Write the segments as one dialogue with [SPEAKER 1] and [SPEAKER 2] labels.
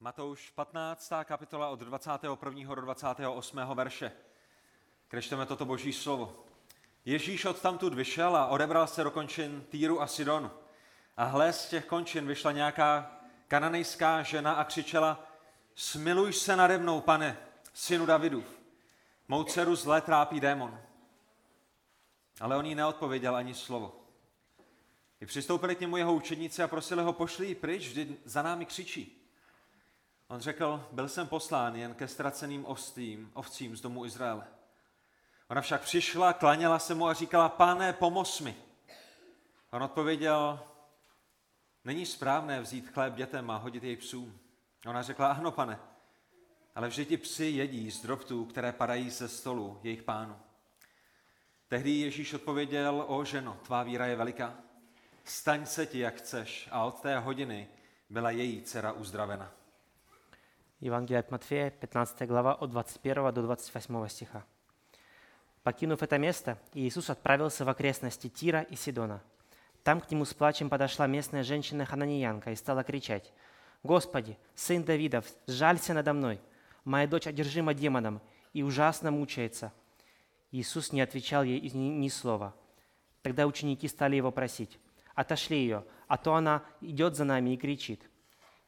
[SPEAKER 1] Matouš 15. kapitola od 21. do 28. verše. Kde čteme toto boží slovo. Ježíš odtamtud vyšel a odebral se do končin Týru a Sidonu. A hle, z těch končin vyšla nějaká kananejská žena a křičela, smiluj se nade mnou, pane, synu Davidův. Mou dceru zle trápí démon. Ale on jí neodpověděl ani slovo. I přistoupili k němu jeho učeníci a prosili ho, pošli ji pryč, vždyť za námi křičí. On řekl, byl jsem poslán jen ke ztraceným ostým, ovcím z domu Izraele. Ona však přišla, klaněla se mu a říkala, pane, pomoz mi. On odpověděl, není správné vzít chléb dětem a hodit jej psům. Ona řekla, ano, pane, ale vždyť ti psi jedí z drobtů, které padají ze stolu jejich pánu. Tehdy Ježíš odpověděl, o ženo, tvá víra je veliká, staň se ti, jak chceš. A od té hodiny byla její dcera uzdravena.
[SPEAKER 2] Евангелие от Матфея, 15 глава, от 21 до 28 стиха. Покинув это место, Иисус отправился в окрестности Тира и Сидона. Там к нему с плачем подошла местная женщина-хананиянка и стала кричать, «Господи, сын Давидов, жалься надо мной! Моя дочь одержима демоном и ужасно мучается!» Иисус не отвечал ей ни, ни слова. Тогда ученики стали его просить, «Отошли ее, а то она идет за нами и кричит».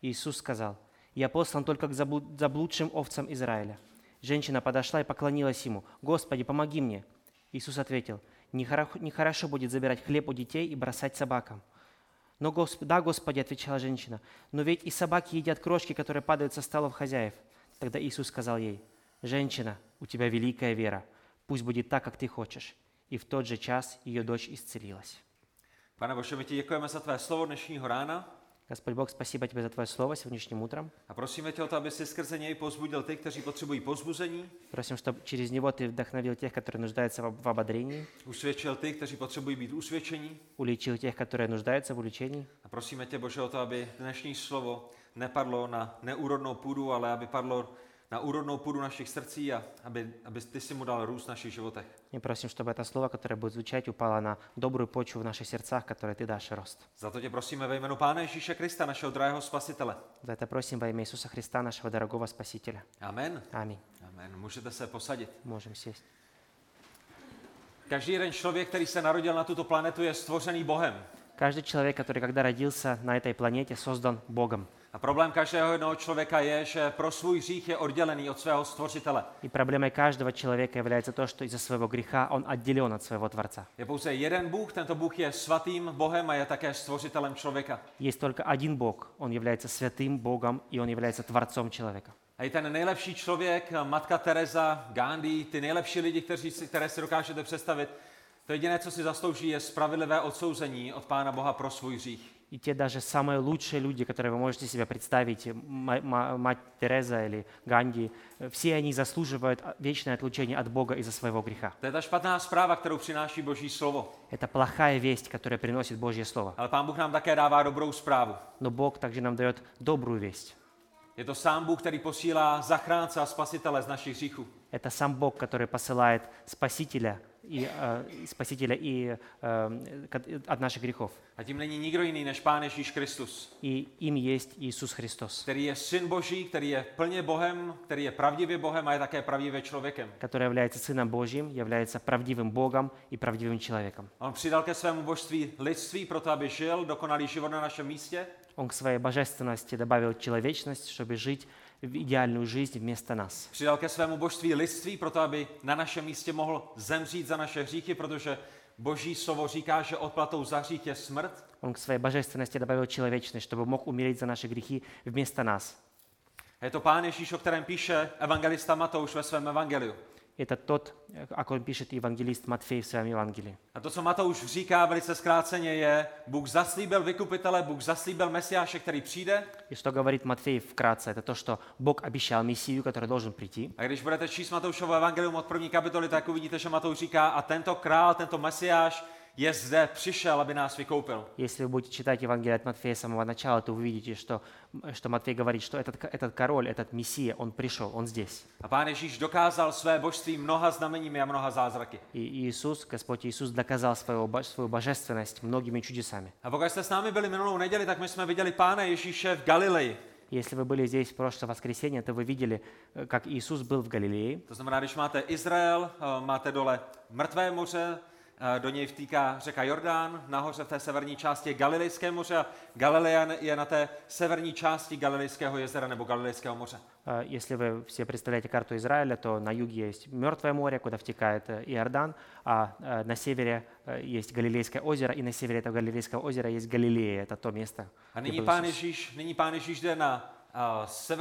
[SPEAKER 2] Иисус сказал, «Я послан только к заблуд- заблудшим овцам Израиля». Женщина подошла и поклонилась ему. «Господи, помоги мне!» Иисус ответил, «Нехоро- «Нехорошо будет забирать хлеб у детей и бросать собакам». «Но Госп- «Да, Господи», — отвечала женщина, «но ведь и собаки едят крошки, которые падают со столов хозяев». Тогда Иисус сказал ей, «Женщина, у тебя великая вера, пусть будет так, как ты хочешь». И в тот же час ее дочь исцелилась.
[SPEAKER 1] Pane Bože, my ti děkujeme za tvé slovo dnešního rána
[SPEAKER 2] Господь Бог, спасибо Тебе за Твое Слово сегодняшним утром.
[SPEAKER 1] a prosíme tě o to, aby si skrze něj pozbudil ty, kteří potřebují pozbuzení,
[SPEAKER 2] Просим, чтобы через него Ты вдохновил тех, которые нуждаются в об- в ободрении,
[SPEAKER 1] usvědčil ty, kteří potřebují být usvědčení
[SPEAKER 2] уличил тех, которые нуждаются в уличении.
[SPEAKER 1] a prosíme tě, Bože, o to, aby dnešní slovo nepadlo na neúrodnou půdu, ale aby padlo na úrodnou půdu našich srdcí a aby, aby ty si mu dal růst v našich životech.
[SPEAKER 2] И просим, чтобы это слово, которое будет звучать, упало на добрую почву в наших сердцах, которой Ты дашь рост.
[SPEAKER 1] Za to tě prosíme ve jménu Pána Ježíše Krista, našeho drahého spasitele.
[SPEAKER 2] За это просим во имя Иисуса Христа, нашего дорогого Спасителя.
[SPEAKER 1] Amen.
[SPEAKER 2] Аминь.
[SPEAKER 1] Amen. Můžete se posadit.
[SPEAKER 2] Можем сесть.
[SPEAKER 1] Každý jeden člověk, který se narodil na tuto planetu, je stvořený Bohem.
[SPEAKER 2] Каждый человек, который когда родился на этой планете, создан Богом.
[SPEAKER 1] A problém každého jednoho člověka je, že pro svůj hřích je oddělený od svého stvořitele.
[SPEAKER 2] И проблемой каждого человека является то, что из-за своего греха он отделен от своего Творца.
[SPEAKER 1] Je pouze jeden Bůh, tento Bůh je svatým Bohem a je také stvořitelem člověka.
[SPEAKER 2] Есть только один Бог. Он является святым Богом, и Он является Творцом человека.
[SPEAKER 1] A i ten nejlepší člověk, matka Teresa, Gandhi, ty nejlepší lidi, kteří si, které si dokážete představit, to jediné, co si zaslouží, je spravedlivé odsouzení od Pána Boha pro svůj hřích.
[SPEAKER 2] И те даже самые лучшие люди, которые вы можете себе представить, ма- ма- мать Тереза или Ганди, э, все они заслуживают а, вечное отлучение от Бога из-за своего греха.
[SPEAKER 1] To je ta špatná zpráva, kterou přináší Boží slovo.
[SPEAKER 2] Это плохая весть, которая приносит Божье Слово.
[SPEAKER 1] Ale Pán Bůh nám také dává dobrou zprávu.
[SPEAKER 2] Но Бог также нам дает добрую весть.
[SPEAKER 1] Je to sám Bůh, který posílá zachránce a spasitele z našich hříchů.
[SPEAKER 2] Это сам Бог, который посылает Спасителя и, э, и Спасителя и, э, кот- от наших грехов.
[SPEAKER 1] A tím není nikdo jiný než Pán Ježíš Kristus,
[SPEAKER 2] И им есть Иисус Христос,
[SPEAKER 1] který je syn Boží, který je plně Bohem, který je pravdivě Bohem a je také pravdivě člověkem.
[SPEAKER 2] который является Сыном Божьим, является правдивым Богом и правдивым человеком.
[SPEAKER 1] On přidal ke svému božství lidství proto, aby žil dokonalý život na našem místě
[SPEAKER 2] Он к своей божественности добавил человечность, чтобы жить в идеальную жизнь вместо нас.
[SPEAKER 1] Přidal ke svému božství lidství, proto aby na našem místě mohl zemřít za naše hříchy, protože boží slovo říká, že odplatou za hřích je smrt.
[SPEAKER 2] Он к своей божественности добавил человечность, чтобы мог умереть за наши грехи вместо нас.
[SPEAKER 1] A je to Pán Ježíš, o kterém píše evangelista Matouš ve svém evangeliu.
[SPEAKER 2] Это тот, э, о ком пишет евангелист Матфей в своем Евангелии.
[SPEAKER 1] A to, co Matouš říká velice zkráceně, je, Bůh zaslíbil vykupitele, Bůh zaslíbil Mesiáše, který přijde.
[SPEAKER 2] И что говорит Матфей вкратце, это то, что Бог обещал Мессию, который должен прийти.
[SPEAKER 1] A když budete číst Matoušovo evangelium od první kapitoly, tak uvidíte, že Matouš říká, a tento král, tento Mesiáš je zde, přišel, aby nás vykoupil.
[SPEAKER 2] Если вы будете читать Евангелие от Матфея с самого начала, то вы увидите, что, что Матфей говорит, что этот, к- этот король, этот Мессия, он пришел, он здесь.
[SPEAKER 1] A Pán Ježíš dokázal své božství mnoha znameními a mnoha zázraky.
[SPEAKER 2] И Иисус, Господь Иисус доказал свою, бо- свою божественность многими чудесами.
[SPEAKER 1] A pokud jste s námi byli minulou neděli, tak my jsme viděli Pána Ježíše v Galileji.
[SPEAKER 2] Если вы были здесь в прошлое воскресенье, то вы видели, э, как Иисус был в Галилее.
[SPEAKER 1] To znamená, když máte Izrael, eh, máte dole mrtvé moře, eh, do něj vtýká řeka Jordán, nahoře v té severní části je Galilejské moře a Galilea je na té severní části Galilejského jezera nebo Galilejského moře.
[SPEAKER 2] Э, Если вы все представляете карту Израиля, то на юге есть Мертвое море, куда втекает э, Иордан, а э, на севере э, есть Галилейское озеро, и на севере этого Галилейского озера есть Галилея, это то место,
[SPEAKER 1] A
[SPEAKER 2] где
[SPEAKER 1] nyní
[SPEAKER 2] был
[SPEAKER 1] pán
[SPEAKER 2] Иисус.
[SPEAKER 1] Ježíš, nyní pán Ježíš jde na eh,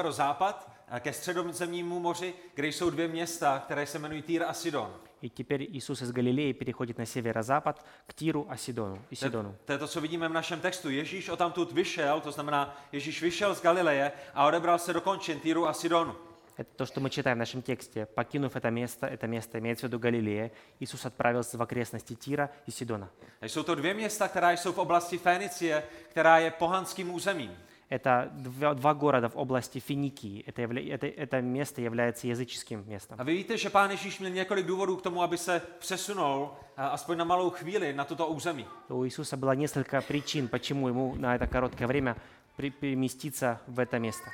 [SPEAKER 1] severozápad eh, ke středozemnímu moři, kde jsou dvě města, které se jmenují Týr a Sidon.
[SPEAKER 2] И теперь Иисус из Галилеи переходит на северо-запад к Тиру, Асидону, и
[SPEAKER 1] To je,
[SPEAKER 2] Сидону.
[SPEAKER 1] to je to, co vidíme v našem textu. Ježíš o tamtud vyšel, to znamená, Ježíš vyšel z Galileje a odebral se do končin Týru a Sidonu.
[SPEAKER 2] Это то, что мы читаем в нашем тексте. Покинув это место, это место имеется в виду Галилея, Иисус отправился в окрестности Тира и Сидона.
[SPEAKER 1] A Jsou to dvě města, která jsou v oblasti Fénicie, která je pohanským územím.
[SPEAKER 2] Это два, два города в области Финикии. Это, явля- это, это место является языческим местом.
[SPEAKER 1] A vy víte, že pán Ježíš měl několik důvodů k tomu, aby se přesunul a, aspoň na malou chvíli na toto území.
[SPEAKER 2] У Иисуса было несколько причин, почему ему на это короткое время при- переместиться в это место.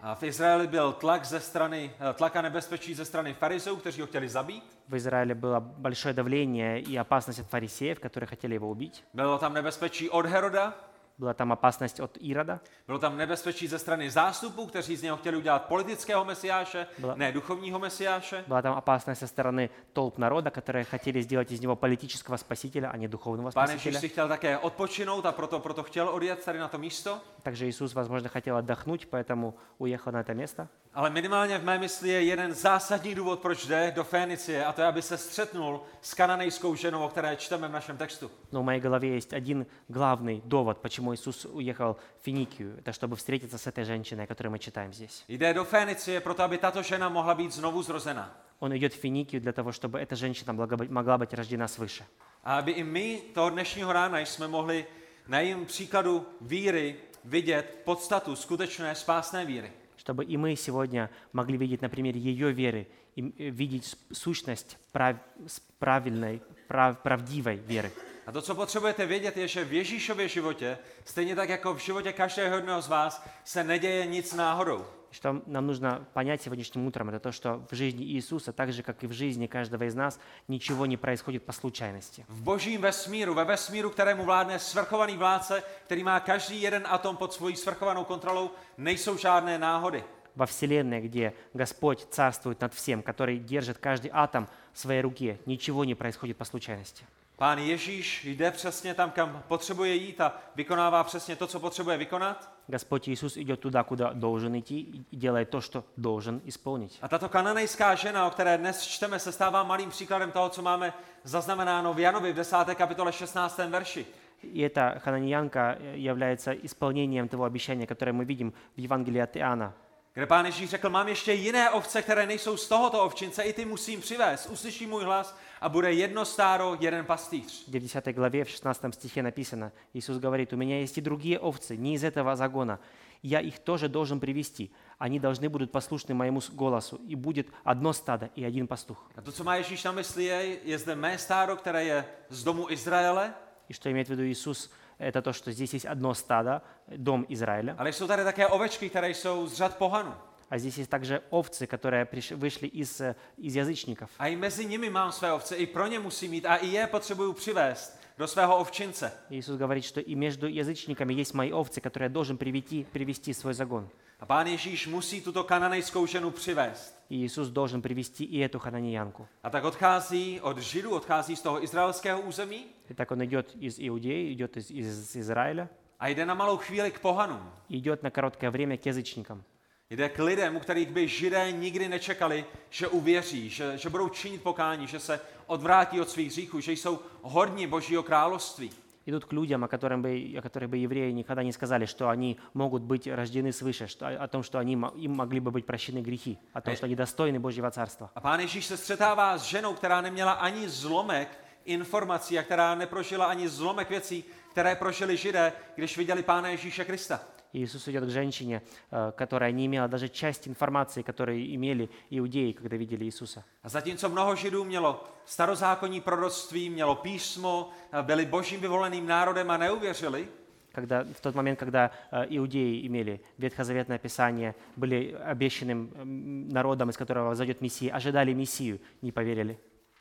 [SPEAKER 1] A v Izraeli byl tlak ze strany, eh, tlak a nebezpečí ze strany farizeů, kteří ho chtěli zabít.
[SPEAKER 2] В Израиле было большое давление и опасность от фарисеев, которые хотели его убить.
[SPEAKER 1] Bylo tam nebezpečí od Heroda,
[SPEAKER 2] Была там опасность от Ирода,
[SPEAKER 1] bylo tam nebezpečí ze strany zástupů, kteří z něho chtěli udělat politického mesiáše,
[SPEAKER 2] Byla-
[SPEAKER 1] ne duchovního mesiáše.
[SPEAKER 2] была там опасность со стороны толп народа, которые хотели сделать из него политического спасителя, а не духовного
[SPEAKER 1] Pán Ježíš
[SPEAKER 2] спасителя.
[SPEAKER 1] si chtěl také odpočinout a proto, proto chtěl odjet tady na to místo.
[SPEAKER 2] Также Иисус, возможно, хотел отдохнуть, поэтому уехал на это место.
[SPEAKER 1] Ale minimálně v mé mysli je jeden zásadní důvod, proč jde do Fénicie, a to je, aby se střetnul s kananejskou ženou, o které čteme v našem textu.
[SPEAKER 2] Но в моей голове есть один главный довод, почему Иисус уехал в Финикию. Это чтобы встретиться с этой женщиной, о которой мы читаем здесь.
[SPEAKER 1] Jde do Fénicie proto, aby tato žena mohla být znovu zrozena.
[SPEAKER 2] Он идет в Финикию для того, чтобы эта женщина благо- могла быть рождена свыше.
[SPEAKER 1] A aby i my toho dnešního rána jsme mohli na jejím příkladu víry vidět podstatu skutečné spásné víry.
[SPEAKER 2] Чтобы и мы сегодня могли видеть на примере ее веры, и м- э, видеть с- сущность прав- с правильной, прав- правдивой веры.
[SPEAKER 1] A to, co potřebujete vědět, je, že v Ježíšově životě, stejně tak jako v životě každého jednoho z vás, se neděje nic náhodou.
[SPEAKER 2] Что нам нужно понять сегодняшним утром, это то, что в жизни Иисуса, так же, как и в жизни каждого из нас, ничего не происходит по случайности.
[SPEAKER 1] V božím vesmíru, ve vesmíru, kterému vládne svrchovaný vládce, který má každý jeden atom pod svojí svrchovanou kontrolou, nejsou žádné náhody.
[SPEAKER 2] Во Вселенной, где Господь царствует над всем, который держит каждый атом в своей руке, ничего не происходит по случайности.
[SPEAKER 1] Pán Ježíš jde přesně tam, kam potřebuje jít a vykonává přesně to, co potřebuje vykonat.
[SPEAKER 2] Господь Иисус идет туда, куда должен идти, и делает то, что должен исполнить.
[SPEAKER 1] A tato kananejská žena, o které dnes čteme, se stává malým příkladem toho, co máme zaznamenáno v Janovi v 10. kapitole 16. verši.
[SPEAKER 2] И эта хананьянка э, является исполнением того обещания, которое мы видим в Евангелии от Иоанна.
[SPEAKER 1] Kde pán Ježíš řekl, mám ještě jiné ovce, které nejsou z tohoto ovčince, i ty musím přivést, uslyší můj hlas a bude jedno stáro, jeden pastýř.
[SPEAKER 2] где в 10 главе, в 16 стихе написано, Иисус говорит, «У меня есть и другие овцы, не из этого загона. Я их тоже должен привести. Они должны будут послушны моему с- голосу, и будет одно стадо и один пастух».
[SPEAKER 1] A to, co má Ježíš na mysli, je, je zde mé stádo, které je z domu Izraele,
[SPEAKER 2] И что имеет в виду Иисус? Это то, что здесь есть одно стадо, э, дом Израиля,
[SPEAKER 1] ale jsou tady také ovečky, které jsou z řad pohanu.
[SPEAKER 2] а здесь есть также овцы, которые приш- вышли из, э, из язычников.
[SPEAKER 1] A i mezi nimi mám své ovce, i pro ně musím mít a i je potřebuju přivést do svého ovčince.
[SPEAKER 2] Иисус говорит, что и между язычниками есть мои овцы, которые я должен привести, привести в свой загон.
[SPEAKER 1] A pán Ježíš musí tuto kananejskou ženu přivést.
[SPEAKER 2] И Иисус должен привести и эту хананеянку.
[SPEAKER 1] A tak odchází od Židů, odchází z toho izraelského území
[SPEAKER 2] Итак, он идет из Иудеи, идет из, из Израиля,
[SPEAKER 1] a jde na malou chvíli k pohanům.
[SPEAKER 2] и идет на короткое время к язычникам.
[SPEAKER 1] Jde k lidem, u kterých by židé nikdy nečekali, že uvěří, že, že budou činit pokání, že se odvrátí od svých hříchů, že jsou hodní Božího království.
[SPEAKER 2] Идут к людям, о, которым бы, о которых бы евреи никогда не сказали, что они могут быть рождены свыше, что, о том, что они, мо- им могли бы быть прощены грехи, о том, что они достойны Божьего Царства.
[SPEAKER 1] A pán Ježíš se střetává s ženou, která neměla ani zlomek informací a která neprožila ani zlomek věcí, které prožili židé, když viděli pána Ježíše Krista.
[SPEAKER 2] И Иисус идет к женщине, э, которая не имела даже часть информации, которую имели иудеи, когда видели Иисуса.
[SPEAKER 1] A zatímco mnoho židů mělo starozákonní proroctví, mělo písmo, byli božím vyvoleným národem a neuvěřili,
[SPEAKER 2] когда, в тот момент, когда э, иудеи имели ветхозаветное писание, были обещанным м, народом, из которого зайдет Мессия, ожидали Мессию, не поверили.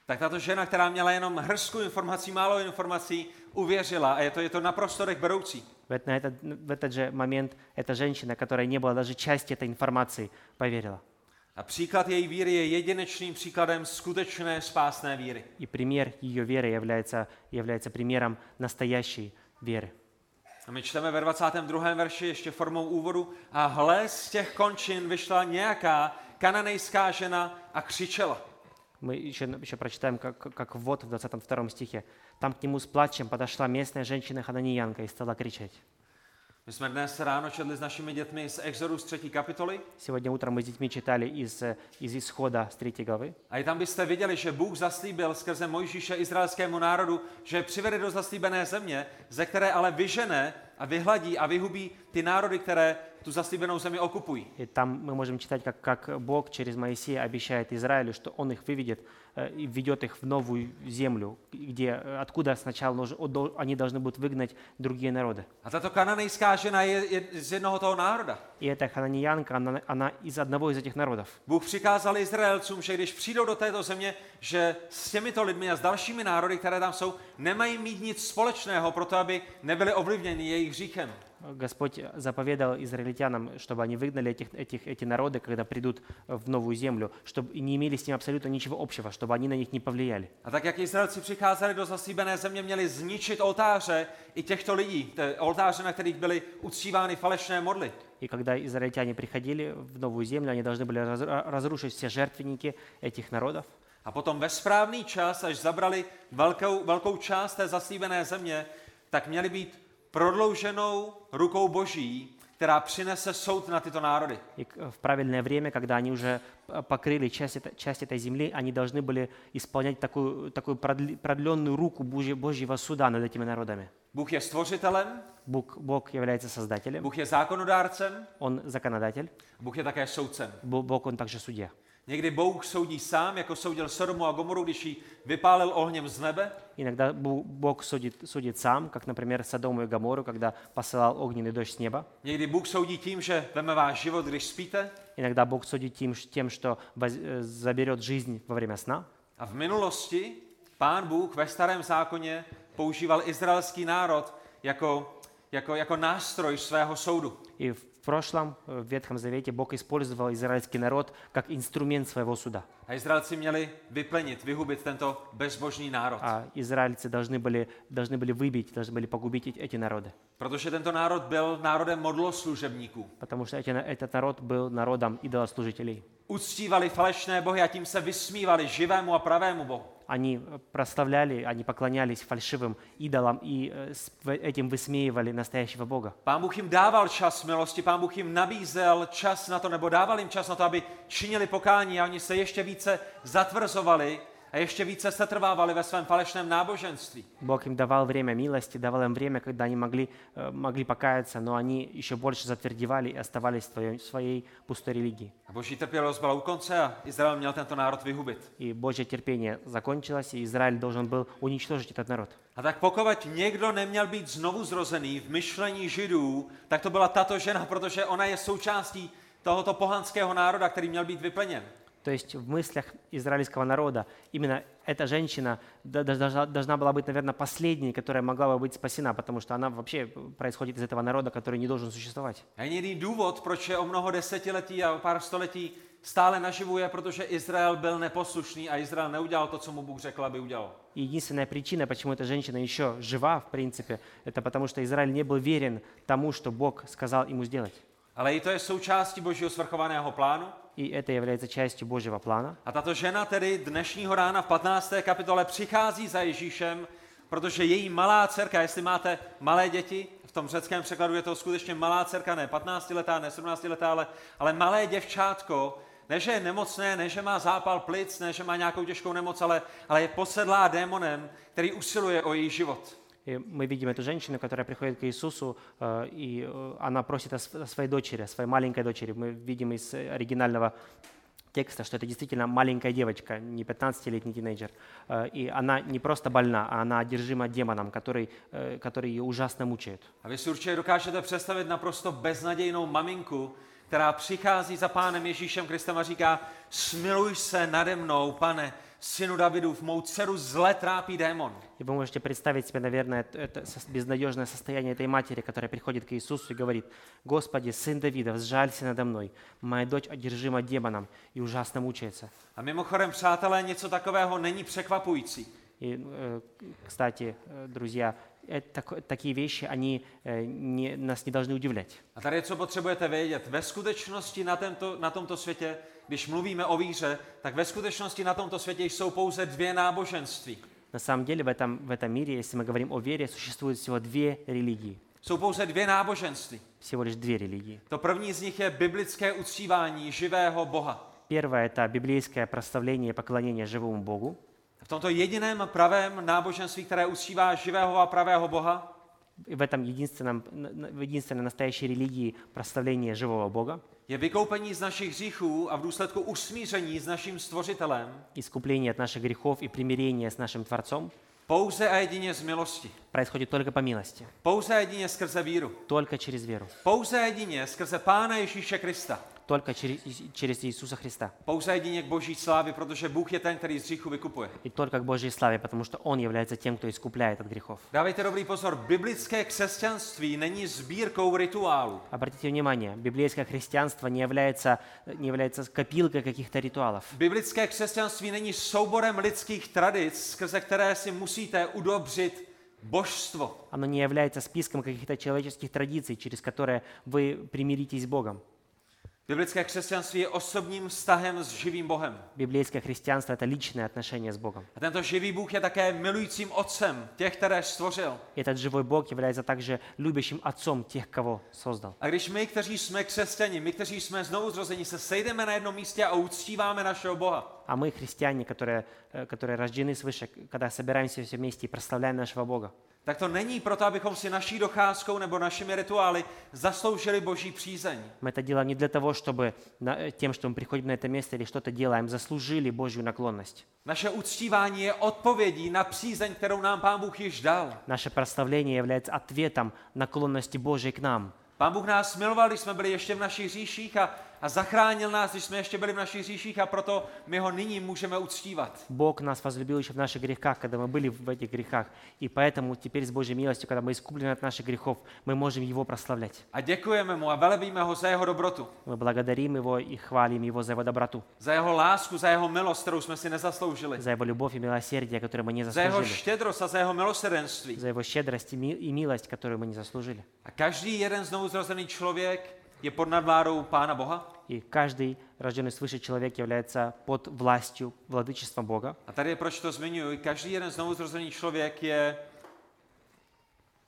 [SPEAKER 1] Tak tato žena, která měla jenom hrstku informací, málo informací, uvěřila a je to, je to naprosto dechberoucí.
[SPEAKER 2] В эт- на этот, в этот же момент эта женщина, которая не была даже части этой информации, поверила.
[SPEAKER 1] A příklad její víry je jedinečným příkladem skutečné spásné víry.
[SPEAKER 2] И пример ее веры является, является примером настоящей веры.
[SPEAKER 1] A my čteme ve 22. verši ještě formou úvodu a hle z těch končin vyšla nějaká kananejská žena a křičela.
[SPEAKER 2] Мы еще, еще прочитаем, как, как вот в 22 стихе. Там к нему с плачем подошла местная женщина-хананиянка и стала кричать.
[SPEAKER 1] My jsme dnes ráno četli s našimi dětmi z Exodu z 3. kapitoly
[SPEAKER 2] Сегодня утром мы с детьми читали из, э, из исхода с 3 главы.
[SPEAKER 1] a i tam byste viděli, že Bůh zaslíbil skrze Mojžíše izraelskému národu, že je přivede do zaslíbené země, ze které ale vyžene a vyhladí a vyhubí ty národy, které tu zaslíbenou zemi okupují.
[SPEAKER 2] И там мы можем читать, как, как Бог через Моисея обещает Израилю, что Он их выведет э, и ведет их в новую землю, где, э, откуда сначала нуж- о- до- они должны будут выгнать другие народы.
[SPEAKER 1] A tato kananejská žena je, je z jednoho toho národa.
[SPEAKER 2] И эта хананиянка, она, она из одного из этих народов.
[SPEAKER 1] Bůh přikázal Izraelcům, že když přijdou do této země, že s těmito lidmi a s dalšími národy, které tam jsou, nemají mít nic společného, proto aby nebyli ovlivněni jejich hříchem.
[SPEAKER 2] Господь заповедал израильтянам, чтобы они выгнали этих, этих, эти народы, когда придут в новую землю, чтобы и не имели с ним абсолютно ничего общего, чтобы они на них не повлияли.
[SPEAKER 1] A tak jak Izraelci přicházeli do zaslíbené země, měli zničit oltáře i těchto lidí, te- oltáře, na kterých byly uctívány falešné modly.
[SPEAKER 2] И когда израильтяне приходили в новую землю, они должны были раз- разрушить все жертвенники этих народов.
[SPEAKER 1] A potom ve správný čas, až zabrali velkou, velkou část té zaslíbené země, tak měli být prodlouženou rukou Boží, která přinese soud na tyto národy.
[SPEAKER 2] И к- в правильное время, когда они уже п- покрыли часть, эт- часть этой земли, они должны были исполнять такую, такую продли- продленную руку Божье- Божьего суда над этими народами.
[SPEAKER 1] Bůh je stvořitelem,
[SPEAKER 2] Бог, Бог является создателем,
[SPEAKER 1] Bůh je zákonodárcem,
[SPEAKER 2] Он законодатель,
[SPEAKER 1] Bůh je také soudcem.
[SPEAKER 2] Бо- Бог Он также судья.
[SPEAKER 1] Někdy Bůh soudí sám, jako soudil Sodomu a Gomoru, když ji vypálil ohněm z nebe.
[SPEAKER 2] Иногда Бу- Бог судит, судит сам, как, например, Содому и Гамору, когда посылал огненный дождь с неба.
[SPEAKER 1] Někdy Bůh soudí tím, že veme váš život, když spíte.
[SPEAKER 2] Иногда Бог судит тем, ш- тем, что воз- э, заберет жизнь во время сна.
[SPEAKER 1] A v minulosti pán Bůh ve starém zákoně používal izraelský národ jako, jako, jako nástroj svého soudu.
[SPEAKER 2] И в прошлом, э, в Ветхом Завете, Бог использовал израильский народ как инструмент своего суда.
[SPEAKER 1] A Izraelci měli vyplenit, vyhubit tento bezbožný národ.
[SPEAKER 2] А израильцы должны были, должны были выбить, должны были погубить эти- эти народы.
[SPEAKER 1] Protože tento národ byl národem modloslužebníků.
[SPEAKER 2] Потому что эти на- этот народ был народом идолослужителей.
[SPEAKER 1] Uctívali falešné bohy a tím se vysmívali živému a pravému bohu.
[SPEAKER 2] Они э, прославляли, они поклонялись фальшивым идолам и э, с в- этим высмеивали настоящего Бога.
[SPEAKER 1] Pán Bůh jim dával čas milosti, pán Bůh jim nabízel čas na to, nebo dával jim čas na to, aby činili pokání a oni se ještě více zatvrzovali a ještě více setrvávali ve svém falešném náboženství.
[SPEAKER 2] Бог им давал время милости, давал им время, когда они могли, э, могли покаяться, но они еще больше затвердевали и оставались в своей, своей пустой религии.
[SPEAKER 1] A boží trpělivost byla u konce a Izrael měl tento národ vyhubit.
[SPEAKER 2] И Божье терпение закончилось, и Израиль должен был уничтожить этот народ.
[SPEAKER 1] A tak pokud někdo neměl být znovu zrozený v myšlení židů, tak to byla tato žena, protože ona je součástí tohoto pohanského národa, který měl být vyplněn.
[SPEAKER 2] То есть в мыслях израильского народа именно эта женщина д- д- должна, должна была быть, наверное, последней, которая могла бы быть спасена, потому что она вообще происходит из этого народа, который не должен существовать.
[SPEAKER 1] A jediný důvod, proč je o mnoho desetiletí a o pár století stále naživu, je, protože Izrael byl neposlušný a Izrael neudělal to, co mu Bůh řekl, aby udělal.
[SPEAKER 2] И единственная причина, почему эта женщина еще жива, в принципе, это потому, что Израиль не был верен тому, что Бог сказал ему сделать.
[SPEAKER 1] Ale i to je součástí Božího svrchovaného plánu.
[SPEAKER 2] И это является частью Божьего плана.
[SPEAKER 1] A tato žena tedy dnešního rána v 15. kapitole přichází za Ježíšem, protože její malá dcerka, jestli máte malé děti, v tom řeckém překladu je to skutečně malá dcerka, ne 15 letá, ne 17 letá, ale, ale malé děvčátko, ne že je nemocné, ne že má zápal plic, ne že má nějakou těžkou nemoc, ale, ale je posedlá démonem, který usiluje o její život.
[SPEAKER 2] И мы видим эту женщину, которая приходит к Иисусу, э, и э, она просит о св- о своей дочери, о своей маленькой дочери. Мы видим из э, оригинального текста, что это действительно маленькая девочка, не 15-летний тинейджер. Э, И она не просто больна, а она одержима демоном, который, э, который ее ужасно мучает.
[SPEAKER 1] A vy si určitě dokážete představit naprosto beznadějnou maminku, která přichází za pánem Ježíšem Kristem a říká, smiluj se nade mnou, pane, synu Davidův, mou dceru zle trápí démon.
[SPEAKER 2] И вы можете представить себе, наверное, это- это сос- безнадежное состояние этой матери, которая приходит к Иисусу и говорит, «Господи, сын Давида, сжалься надо мной, моя дочь одержима демоном и ужасно мучается».
[SPEAKER 1] A mimochodem, přátelé, něco takového není překvapující.
[SPEAKER 2] И, э, кстати, э, друзья, э, тако- такие вещи, они э, не- нас не должны удивлять.
[SPEAKER 1] A tady je, co potřebujete vědět. Ve skutečnosti na, tento, na tomto světě, když mluvíme o víře, tak ve skutečnosti na tomto světě jsou pouze dvě náboženství.
[SPEAKER 2] На самом деле в этом, в этом мире, если мы говорим о вере, существует всего две религии.
[SPEAKER 1] Jsou pouze dvě náboženství.
[SPEAKER 2] Всего лишь две религии.
[SPEAKER 1] To první z nich je biblické uctívání živého Boha.
[SPEAKER 2] Первое – это библейское прославление и поклонение живому Богу.
[SPEAKER 1] V tomto jediném pravém náboženství, které uctívá živého a pravého Boha,
[SPEAKER 2] И в этом единственном, н- н- в единственной настоящей религии прославление живого Бога,
[SPEAKER 1] je vykoupení z našich hříchů a v důsledku usmíření s naším stvořitelem
[SPEAKER 2] искупление от наших грехов и примирение с našim Творцом
[SPEAKER 1] pouze a jedině z milosti.
[SPEAKER 2] происходит только по милости,
[SPEAKER 1] Pouze a jedině skrze víru.
[SPEAKER 2] только через веру,
[SPEAKER 1] Pouze a jedině skrze Pána Ježíše Krista.
[SPEAKER 2] только через, Иис- через Иисуса Христа.
[SPEAKER 1] Pouze jedině k boží slávě, protože Bůh je ten, který z hříchu vykupuje.
[SPEAKER 2] И только к Божьей славе, потому что Он является тем, кто искупляет от грехов.
[SPEAKER 1] Dávejte dobrý pozor, biblické křesťanství není sbírkou rituálů.
[SPEAKER 2] Обратите внимание, библейское христианство не является, не является копилкой каких-то ритуалов.
[SPEAKER 1] Biblické křesťanství není souborem lidských tradic, skrze které si musíte udobřit božstvo.
[SPEAKER 2] Оно не является списком каких-то человеческих традиций, через которые вы примиритесь с Богом.
[SPEAKER 1] Biblické křesťanství je osobním vztahem s živým Bohem.
[SPEAKER 2] Библейское христианство – это личное отношение с Богом.
[SPEAKER 1] A tento živý Bůh je také milujícím otcem těch, které stvořil.
[SPEAKER 2] Этот живой Бог является также любящим отцом тех, кого создал.
[SPEAKER 1] A když my, kteří jsme křesťani, my, kteří jsme znovu zrození, se sejdeme na jednom místě a uctíváme našeho Boha,
[SPEAKER 2] А мы, христиане, которые, э, которые рождены свыше, когда собираемся все вместе и прославляем нашего Бога,
[SPEAKER 1] tak to není proto, abychom si naší docházkou nebo našimi rituály zasloužili Boží přízeň.
[SPEAKER 2] мы это делаем не для того, чтобы на- э, тем, что мы приходим на это место или что-то делаем, заслужили Божью наклонность.
[SPEAKER 1] Naše uctívání je odpovědí na přízeň, kterou nám Pán Bůh již dal.
[SPEAKER 2] Наше прославление является ответом наклонности Божьей к нам.
[SPEAKER 1] Pán Bůh nás miloval, když jsme byli ještě v našich říších a, a zachránil nás, když jsme ještě byli v našich říších a proto my ho nyní můžeme uctívat.
[SPEAKER 2] Бог нас возлюбил еще в наших грехах, когда мы были в этих грехах. И поэтому теперь с Божьей милостью, когда мы искуплены от наших грехов, мы можем Его прославлять.
[SPEAKER 1] A děkujeme mu a velebíme ho za jeho dobrotu,
[SPEAKER 2] Мы благодарим Его и хвалим Его за Его доброту,
[SPEAKER 1] za jeho lásku, za jeho milost, kterou jsme si nezasloužili,
[SPEAKER 2] за Его любовь и милосердие, которые мы не
[SPEAKER 1] za jeho
[SPEAKER 2] заслужили,
[SPEAKER 1] štědrost a za jeho milosrdenství.
[SPEAKER 2] за Его щедрость и ми- и милость, которую мы не заслужили.
[SPEAKER 1] A každý jeden znovuzrozený člověk je pod nadvládou Pána Boha.
[SPEAKER 2] И каждый рожденный свыше человек является под властью, владычеством Бога.
[SPEAKER 1] A tady je proč to zmiňuji. Každý jeden znovuzrozený člověk je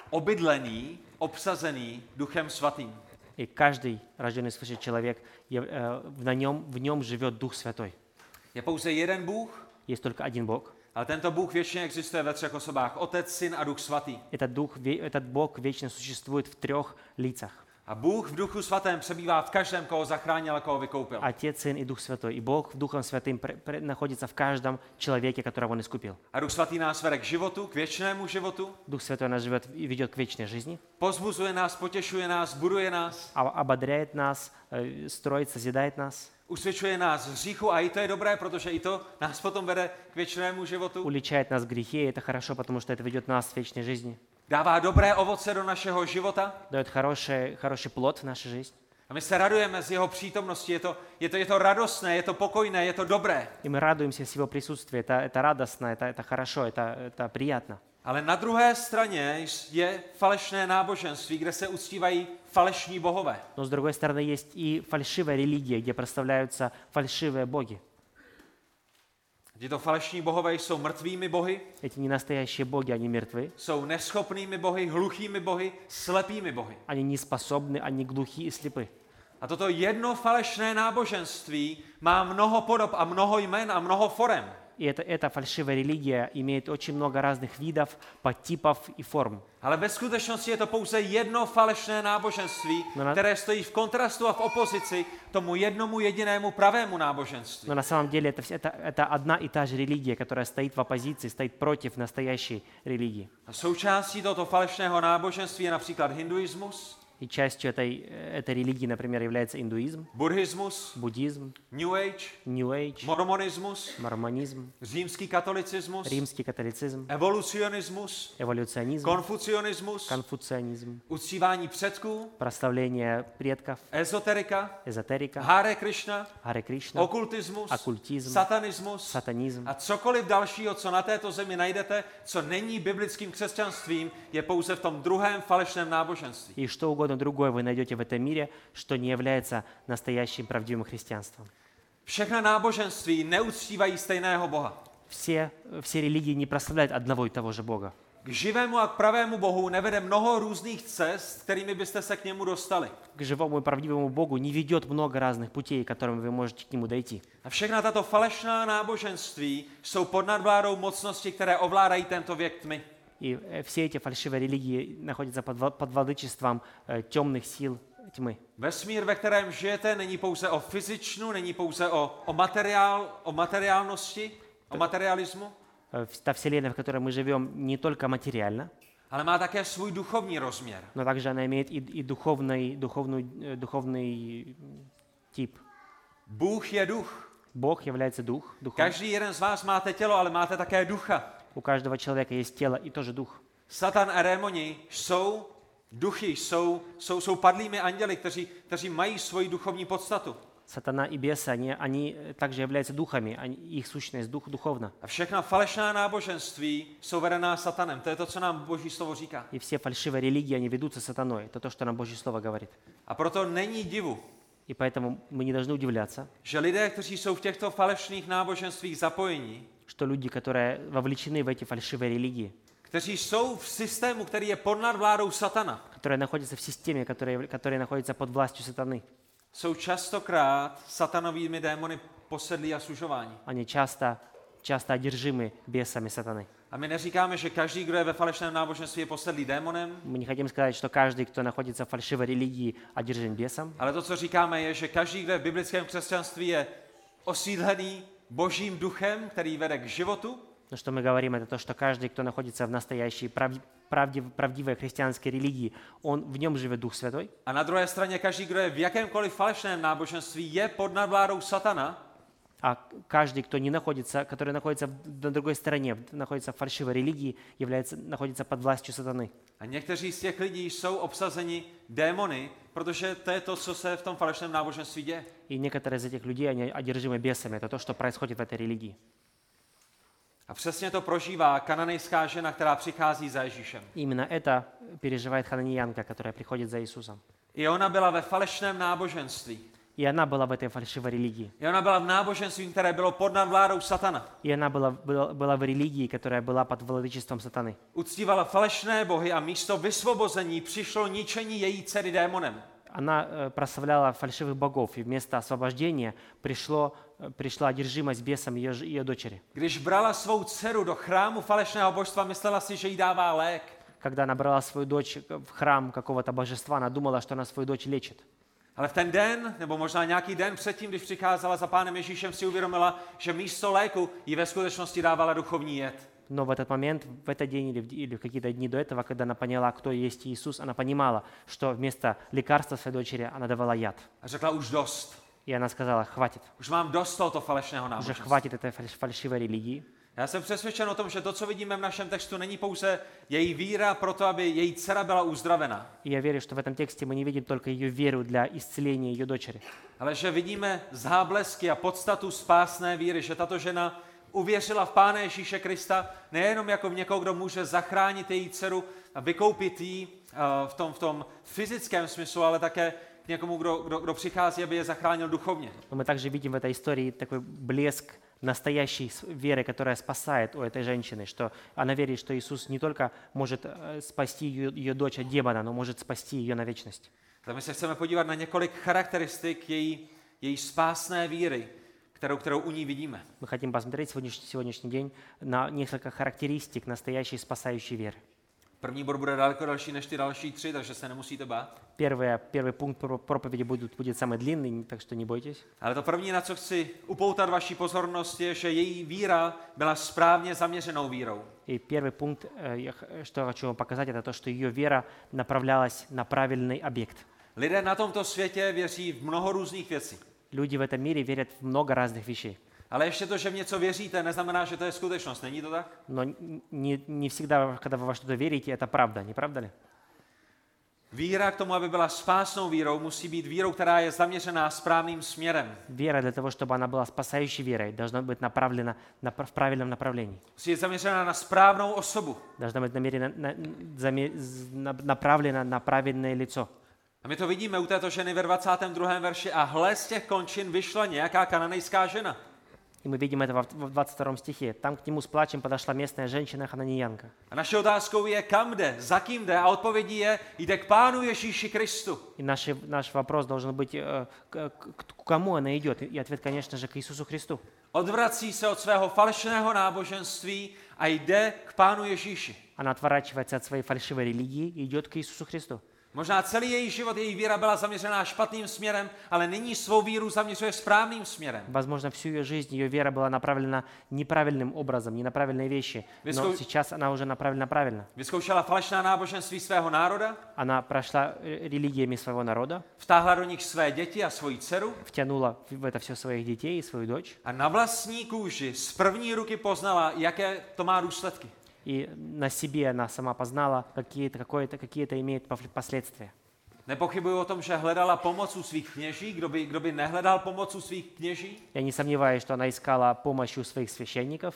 [SPEAKER 1] obydlený, obsazený Duchem Svatým.
[SPEAKER 2] И каждый рожденный свыше человек, яв- э, на нем, в нем живет Дух Святой.
[SPEAKER 1] Je pouze jeden Bůh,
[SPEAKER 2] Есть только один Бог.
[SPEAKER 1] ale tento Bůh věčně existuje ve třech osobách. Otec, Syn a Duch Svatý.
[SPEAKER 2] Этот, дух, ве- этот Бог вечно существует v трех лицах.
[SPEAKER 1] A Bůh v Duchu Svatém přebývá v každém, koho zachránil a koho vykoupil.
[SPEAKER 2] Отец, Сын и Дух Святой. И Бог Духом Святым пр- пр- находится в каждом человеке, которого Он искупил.
[SPEAKER 1] A Duch Svatý nás vede k životu, k věčnému životu,
[SPEAKER 2] Дух Святой нас живет и ведет к вечной жизни,
[SPEAKER 1] pozbuzuje nás, potěšuje nás, buduje nás,
[SPEAKER 2] а- ободряет нас, э, строит, созидает нас,
[SPEAKER 1] usvědčuje nás z hříchu a i to je dobré, protože i to nás potom vede k věčnému životu.
[SPEAKER 2] уличает нас в грехе, и это хорошо, потому что это ведет нас к вечной жизни,
[SPEAKER 1] Dává dobré ovoce do našeho života
[SPEAKER 2] дает хороший, хороший плод в нашу жизнь.
[SPEAKER 1] a my se radujeme z jeho přítomnosti. Je to, je to, je to radostné, je to pokojné, je to dobré.
[SPEAKER 2] И мы радуемся с Его присутствия. Это, это радостно, это, это хорошо, это, это приятно.
[SPEAKER 1] Ale na druhé straně je falešné náboženství, kde se uctívají falešní bohové.
[SPEAKER 2] Но с другой стороны, есть и фальшивая религия, где проставляются фальшивые боги.
[SPEAKER 1] Tito falešní bohové jsou mrtvými bohy,
[SPEAKER 2] Эти ненастоящие боги, они мертвы,
[SPEAKER 1] jsou neschopnými bohy, hluchými bohy, slepými bohy.
[SPEAKER 2] они не способны, они глухи и слепы.
[SPEAKER 1] A toto jedno falešné náboženství má mnoho podob a mnoho jmen a mnoho forem.
[SPEAKER 2] и это, эта фальшивая религия имеет очень много разных видов, подтипов и форм.
[SPEAKER 1] Ale ve skutečnosti je to pouze jedno falešné náboženství,
[SPEAKER 2] No na-
[SPEAKER 1] které stojí v kontrastu a v opozici tomu jednomu jedinému pravému náboženství.
[SPEAKER 2] Но на самом деле это, вс- это, это одна и та же религия, которая стоит в оппозиции, стоит против настоящей религии.
[SPEAKER 1] A součástí tohoto falešného náboženství je například hinduismus,
[SPEAKER 2] И частью этой, э, этой религии, например, является индуизм,
[SPEAKER 1] buddhismus,
[SPEAKER 2] буддизм,
[SPEAKER 1] new age,
[SPEAKER 2] New Age,
[SPEAKER 1] mormonismus,
[SPEAKER 2] мормонизм,
[SPEAKER 1] římský katolicismus,
[SPEAKER 2] римский католицизм,
[SPEAKER 1] evolucionismus,
[SPEAKER 2] эволюционизм,
[SPEAKER 1] konfucionismus,
[SPEAKER 2] конфуцианизм,
[SPEAKER 1] uctívání předků,
[SPEAKER 2] прославление предков,
[SPEAKER 1] ezoterika,
[SPEAKER 2] эзотерика,
[SPEAKER 1] Hare Krishna,
[SPEAKER 2] Харе Кришна,
[SPEAKER 1] No. okultismus,
[SPEAKER 2] Okultism.
[SPEAKER 1] satanismus
[SPEAKER 2] сатанизм.
[SPEAKER 1] a cokoliv dalšího, co na této zemi najdete, co není biblickým křesťanstvím, je pouze v tom druhém falešném náboženství.
[SPEAKER 2] И что угодно другое вы найдете в этом мире, что не является настоящим правдивым христианством.
[SPEAKER 1] Všechna náboženství neuctívají stejného Boha.
[SPEAKER 2] Все, все религии не прославляют одного и того же Бога.
[SPEAKER 1] K živému a k pravému Bohu nevede mnoho různých cest, kterými byste se k němu dostali.
[SPEAKER 2] К живому и правдивому Богу не ведет много разных путей, которыми вы можете к Нему дойти.
[SPEAKER 1] A všechna tato falešná náboženství jsou pod nadvládou mocnosti, které ovládají tento věk tmy.
[SPEAKER 2] И э, все эти фальшивые религии находятся под, вла- под владычеством э, темных сил тьмы.
[SPEAKER 1] Vesmír, ve kterém žijete, není pouze o fyzičnu, není pouze o, o, materiál, o materiálnosti, o materialismu,
[SPEAKER 2] Э, в- Та вселенная, в которой мы живем, не только материально,
[SPEAKER 1] ale má také svůj duchovní rozměr.
[SPEAKER 2] но также она имеет и, и духовный, духовный, духовный м, тип.
[SPEAKER 1] Bůh je duch.
[SPEAKER 2] Бог является дух, духом.
[SPEAKER 1] Každý jeden z vás máte tělo, ale máte také ducha.
[SPEAKER 2] У каждого человека есть тело и тоже дух.
[SPEAKER 1] Satan a démoni jsou duchy, jsou, jsou, jsou padlými anděli, kteří, kteří mají svoji duchovní podstatu.
[SPEAKER 2] Сатана и бесы, они, они э, также являются духами, они- их сущность дух духовна.
[SPEAKER 1] A všechna falešná náboženství jsou vedená satanem. To je to, co nám Boží slovo říká.
[SPEAKER 2] И все фальшивые религии, они ведутся сатаной. Это то, что нам Божье Слово говорит.
[SPEAKER 1] A proto není divu,
[SPEAKER 2] И поэтому мы не должны удивляться,
[SPEAKER 1] že lidé, kteří jsou v těchto falešných náboženstvích zapojení,
[SPEAKER 2] что люди, которые вовлечены в эти фальшивые религии,
[SPEAKER 1] kteří jsou v systému, který je pod nadvládou satana,
[SPEAKER 2] которые находятся в системе, которые, которые находятся под властью сатаны,
[SPEAKER 1] jsou častokrát satanovými démony posedlí a sužování.
[SPEAKER 2] они часто, часто одержимы бесами сатаны.
[SPEAKER 1] A my neříkáme, že každý, kdo je ve falešném náboženství, je posedlý démonem,
[SPEAKER 2] Мы не хотим сказать, что каждый, кто находится в фальшивой религии, одержим бесом,
[SPEAKER 1] ale to, co říkáme, je, že každý, kdo je v biblickém křesťanství, je osídlený božím duchem, který vede k životu
[SPEAKER 2] Но что мы говорим, это то, что каждый, кто находится в настоящей прав- правди- правдивой христианской религии, он, в нем живет Дух Святой.
[SPEAKER 1] a na druhé straně každý, kdo je v jakémkoliv falešném náboženství, je pod nadvládou satana,
[SPEAKER 2] А каждый, кто не находится, который находится в- на другой стороне, в- находится в фальшивой религии, является, находится под властью сатаны.
[SPEAKER 1] A někteří z těch lidí jsou obsazeni démony, protože to je to, co se v tom falešném náboženství děje.
[SPEAKER 2] И некоторые из этих людей, они одержимы бесами. Это то, что происходит в этой религии.
[SPEAKER 1] A přesně to prožívá kananejská žena, která přichází za Ježíšem.
[SPEAKER 2] Именно это переживает хананиянка, которая priходит за Иисусом.
[SPEAKER 1] I ona byla ve falešném náboženství.
[SPEAKER 2] И она была в этой фальшивой религии.
[SPEAKER 1] I ona byla v náboženství, které bylo pod nadvládou satana.
[SPEAKER 2] И она была, была, была в религии, которая была под владычеством сатаны.
[SPEAKER 1] Uctívala falešné bohy a místo vysvobození přišlo ničení její dcery démonem.
[SPEAKER 2] Она э, прославляла фальшивых богов, и вместо освобождения пришло, э, пришла одержимость бесом ее, ж- ее дочери.
[SPEAKER 1] Když brala svou dceru do chrámu falešného božstva, myslela si, že jí dává lék.
[SPEAKER 2] Когда она брала свою дочь к- в храм какого-то божества, она думала, что она свою дочь лечит.
[SPEAKER 1] Ale v ten den, nebo možná nějaký den předtím, když přicházela za pánem Ježíšem, si uvědomila, že místo léku jí ve skutečnosti dávala duchovní jed.
[SPEAKER 2] Но в этот момент, в этот день или в, д- или в какие-то дни до этого, когда она поняла, кто есть Иисус, она понимала, что вместо лекарства своей дочери она давала яд.
[SPEAKER 1] A řekla už dost.
[SPEAKER 2] И она сказала, хватит,
[SPEAKER 1] Už mám dost tohoto falešného
[SPEAKER 2] уже
[SPEAKER 1] náboženství.
[SPEAKER 2] хватит этой фальш- фальшивой религии.
[SPEAKER 1] Já jsem přesvědčen o tom, že to, co vidíme v našem textu, není pouze její víra pro to, aby její dcera byla uzdravena,
[SPEAKER 2] И я верю, что в этом тексте мы не видим только ее веру для исцеления ее дочери,
[SPEAKER 1] ale že vidíme záblesky a podstatu spásné víry, že tato žena uvěřila v Pána Ježíše Krista nejenom jako v někoho, kdo může zachránit její dceru a vykoupit ji eh, v tom, v tom fyzickém smyslu, ale také k někomu, kdo, kdo, kdo přichází, aby je zachránil duchovně.
[SPEAKER 2] но мы также видим в этой истории такой блеск настоящей с- веры, которая спасает у этой женщины, что она верит, что Иисус не только может э, спасти ее, ее дочь от демона, но может спасти ее на вечность.
[SPEAKER 1] Tak my se chceme podívat na několik charakteristik její, její spásné víry, kterou, kterou u ní vidíme.
[SPEAKER 2] Мы хотим посмотреть сегодняшний, сегодняшний день на несколько характеристик настоящей спасающей веры.
[SPEAKER 1] První bod bude daleko další než ty další tři, takže se nemusíte bát.
[SPEAKER 2] Первое, первый пункт про- проповеди будет, будет самый длинный, не- так что не бойтесь.
[SPEAKER 1] Ale to první, na co chci upoutat vaši pozornost, je, že její víra byla správně zaměřenou vírou.
[SPEAKER 2] И первый пункт, э, я х- что я хочу вам показать, это то, что ее вера направлялась на правильный объект.
[SPEAKER 1] Lidé na tomto světě věří v mnoho různých věcí.
[SPEAKER 2] Люди в этом мире верят в много разных вещей,
[SPEAKER 1] Ale ještě to, že v něco věříte, незнamená, že to je skutečnost. Není to tak?
[SPEAKER 2] но н- не, не всегда, когда вы во что-то верите, это правда, не правда ли?
[SPEAKER 1] Víra k tomu, aby byla spásnou vírou, musí být vírou, která je zaměřená správným směrem.
[SPEAKER 2] Вера для того, чтобы она была спасающей верой, должна быть направлена на пр- в правильном направлении.
[SPEAKER 1] Musí být zaměřená на správnou osobu.
[SPEAKER 2] Должна быть намерена, на- заме- з- на- направлена на правильное лицо.
[SPEAKER 1] A my to vidíme u této ženy ve 22. verši. A hle, z těch končin vyšla nějaká kananejská žena.
[SPEAKER 2] И мы видим это во в- в 22 стихе. Там к нему с плачем подошла местная женщина Хананиянка.
[SPEAKER 1] A naše otázkou je, kam jde, za kým jde. A odpovědí je, jde k Pánu Ježíši Kristu.
[SPEAKER 2] И наш, наш вопрос должен быть, э, к, к- к кому она идет? И ответ, конечно же, к Иисусу Христу.
[SPEAKER 1] Odvrací se od svého falešného náboženství a jde k Pánu Ježíši.
[SPEAKER 2] Она отворачивается от своей фальшивой религии и идет к Иисусу Христу.
[SPEAKER 1] Možná celý její život, její víra byla zaměřená špatným směrem, ale nyní svou víru zaměřuje správným směrem.
[SPEAKER 2] Возможно, всю ее жизнь ее вера была направлена неправильным образом, не на правильные вещи. Но
[SPEAKER 1] Виско-
[SPEAKER 2] сейчас она уже направлена правильно.
[SPEAKER 1] Vyzkoušela falešná náboženství svého národa,
[SPEAKER 2] Она прошла э, религиями своего народа,
[SPEAKER 1] vtáhla do nich své děti a svoji dceru
[SPEAKER 2] втянула в- в это все своих детей и свою дочь.
[SPEAKER 1] a na vlastní kůži z první ruky poznala, jaké to má důsledky.
[SPEAKER 2] И на себе она сама познала, какие-то, какое-то, какие-то имеет пов- последствия.
[SPEAKER 1] Nepochybuji o tom, že hledala pomoc u svých kněží, kdo by, kdo by nehledal pomoc u svých kněží,
[SPEAKER 2] Я не сомневаюсь, что она искала помощи у своих священников,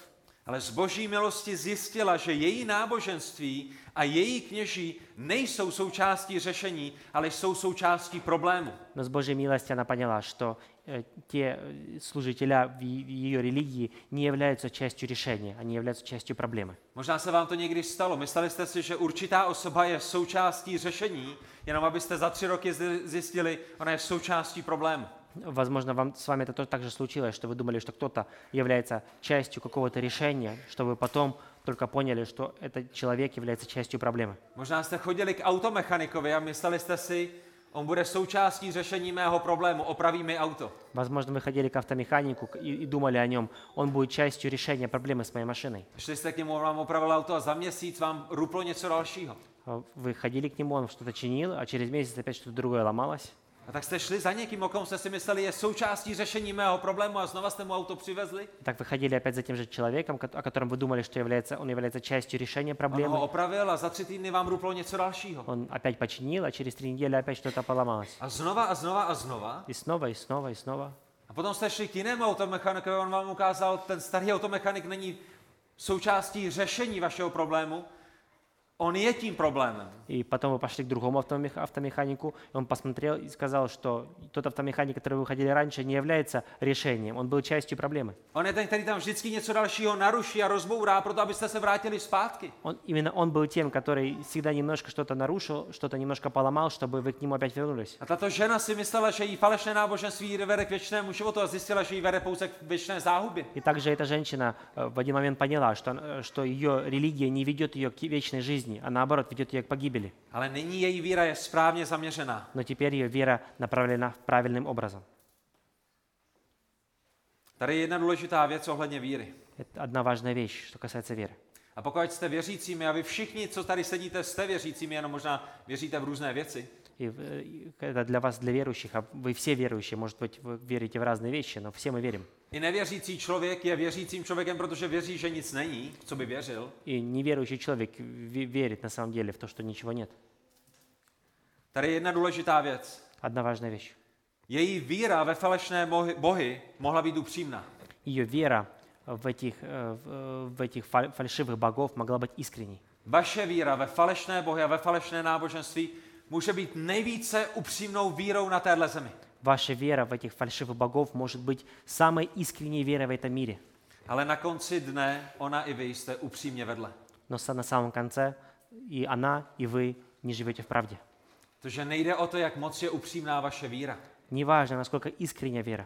[SPEAKER 1] ale z boží milosti zjistila, že její náboženství a její kněží nejsou součástí řešení, ale jsou součástí problému.
[SPEAKER 2] но с Божьей милостью она поняла, что э, те э, служителя в е- в ее религии не являются частью решения, они являются частью проблемы.
[SPEAKER 1] Možná se vám to někdy stalo. Mysleli jste si, že určitá osoba je součástí řešení, jenom abyste za tři roky zi- zjistili, ona je součástí problému.
[SPEAKER 2] Возможно, вам, с вами это тоже так же случилось, что вы думали, что кто-то является частью какого-то решения, что вы потом только поняли, что этот человек является частью проблемы.
[SPEAKER 1] Možná jste chodili k automechanikovi a mysleli jste si, on bude součástí řešení mého problému, opraví mi auto.
[SPEAKER 2] Возможно, вы ходили к автомеханику к- и, и думали о нем, он будет частью решения проблемы с моей машиной.
[SPEAKER 1] Šli jste k němu, on vám opravil auto a za měsíc vám ruplo něco dalšího.
[SPEAKER 2] А Вы ходили к нему, он что-то чинил, а через месяц опять что-то другое ломалось.
[SPEAKER 1] A tak jste šli za někým, o kom jste si mysleli, je součástí řešení mého problému a znova jste mu auto přivezli,
[SPEAKER 2] Так вы ходили опять за тем же человеком, ко- о котором вы думали, что является, он является частью решения
[SPEAKER 1] on ho
[SPEAKER 2] проблемы.
[SPEAKER 1] opravil a za tři týdny vám ruplo něco dalšího.
[SPEAKER 2] Он опять починил, а через три недели опять что-то поломалось.
[SPEAKER 1] A znova a znova a znova
[SPEAKER 2] И снова, и снова, и снова.
[SPEAKER 1] A potom jste šli k jinému automechanikovi, on vám ukázal, ten starý automechanik není součástí řešení vašeho problému, on je tím problémem.
[SPEAKER 2] И потом вы пошли к другому автомех- автомеханику, и он посмотрел и сказал, что тот автомеханик, который вы ходили раньше, не является решением, он был частью проблемы.
[SPEAKER 1] On je ten, který tam vždycky něco dalšího naruší a rozbourá, proto abyste se vrátili zpátky.
[SPEAKER 2] Он, именно он был тем, который всегда немножко что-то нарушил, что-то немножко поломал, чтобы вы к нему опять вернулись.
[SPEAKER 1] A tato žena si myslela, že jí falešné náboženství ji vede k věčnému životu a zjistila, že jí vede pouze k věčné záhubě.
[SPEAKER 2] И также эта женщина э, в один момент поняла, что, он- э, что ее религия не ведет ее к вечной жизни, а наоборот ведет ее к погибели.
[SPEAKER 1] Ale nyní její víra je správně zaměřená.
[SPEAKER 2] Но теперь ее вера направлена правильным образом.
[SPEAKER 1] Tady je jedna důležitá věc ohledně víry.
[SPEAKER 2] Это одна важная вещь, что касается веры.
[SPEAKER 1] A pokud jste věřícími, a vy všichni, co tady sedíte, jste věřícími, jenom možná věříte v různé věci,
[SPEAKER 2] И э, и это для вас, для верующих, а вы все верующие, может быть, вы верите в разные вещи, но все мы верим.
[SPEAKER 1] I nevěřící člověk je věřícím člověkem, protože věří, že nic není, co by věřil.
[SPEAKER 2] И неверующий человек ве- верит на самом деле в то, что ничего нет.
[SPEAKER 1] Tady je jedna důležitá věc.
[SPEAKER 2] Одна важная вещь.
[SPEAKER 1] Její víra ve falešné mohy- bohy mohla být upřímná.
[SPEAKER 2] ее вера в этих, э, в э, в этих фаль- фальшивых богов могла быть искренней.
[SPEAKER 1] Vaše víra ve falešné bohy a ve falešné náboženství může být nejvíce upřímnou vírou na téhle zemi.
[SPEAKER 2] Ваша вера в этих фальшивых богов может быть самой искренней верой в этом мире.
[SPEAKER 1] Ale na konci dne ona i vy jste upřímně vedle.
[SPEAKER 2] Но са- на самом конце и она, и вы не живете в правде.
[SPEAKER 1] Protože nejde o to, jak moc je upřímná vaše víra.
[SPEAKER 2] Неважно, насколько искренняя вера.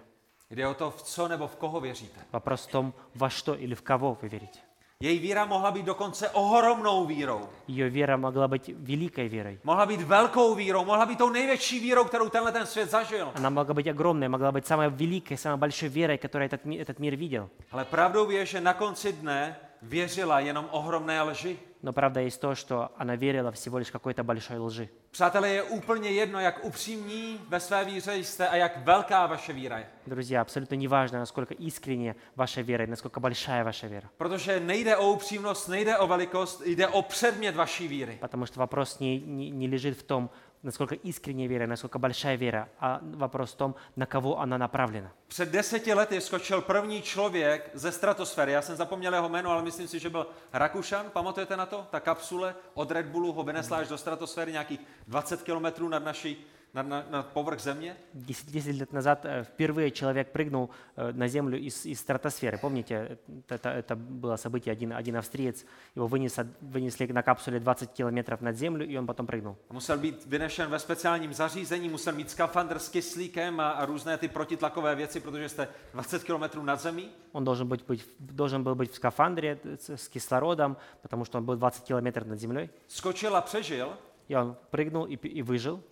[SPEAKER 1] Jde o to, v co nebo v koho věříte.
[SPEAKER 2] Вопрос в том, во что или в кого вы верите.
[SPEAKER 1] Její víra mohla být dokonce ohromnou vírou.
[SPEAKER 2] Ее вера могла быть великой верой.
[SPEAKER 1] Mohla být velkou vírou, mohla být tou největší vírou, kterou tenhle ten svět zažil.
[SPEAKER 2] Она могла быть огромной, могла быть самой великой, самой большой верой, которую этот, ми- этот мир видел.
[SPEAKER 1] Ale pravdou je, že na konci dne věřila jenom ohromné lži.
[SPEAKER 2] Но правда есть то, что она верила всего лишь какой-то большой лжи.
[SPEAKER 1] Přátelé, je úplně jedno, jak upřímní ve své víře jste a jak velká vaše víra je.
[SPEAKER 2] Друзья, абсолютно неважно, насколько искренне ваша вера и насколько большая ваша вера.
[SPEAKER 1] Protože nejde o upřímnost, nejde o velikost, jde o předmět vaší víry.
[SPEAKER 2] Потому что вопрос не, не, не лежит в том, насколько искренняя вера, и насколько большая вера, а вопрос в том, на кого она направлена.
[SPEAKER 1] Před deseti lety skočil první člověk ze stratosféry. Já jsem zapomněl jeho jméno, ale myslím si, že byl Rakušan. Pamatujete na to? Ta kapsule od Red Bullu ho vynesla až do stratosféry nějakých 20 kilometrů nad naší nad, nad, nad povrch země.
[SPEAKER 2] Десять, десять лет назад э, впервые человек прыгнул э, на землю из, из стратосферы. Помните, это, это- это было событие, один, один австриец, его вынес от- вынесли на капсуле 20 километров над землю, и он потом прыгнул.
[SPEAKER 1] Musel být vynešen ve speciálním zařízení, musel mít skafandr s kyslíkem a, a různé ty protitlakové věci, protože jste 20 kilometrů nad zemí.
[SPEAKER 2] Он должен, быть, быть, должен был быть в скафандре э, с, с кислородом, потому что он был 20 километров над землей.
[SPEAKER 1] Skočil а přežil,
[SPEAKER 2] И он прыгнул и, п- и выжил,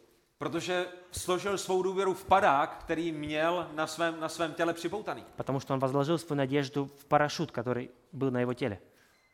[SPEAKER 1] protože složil svou důvěru v padák, který měl na svém, na svém těle připoutaný.
[SPEAKER 2] потому что он возложил свою надежду в парашют, который был на его теле.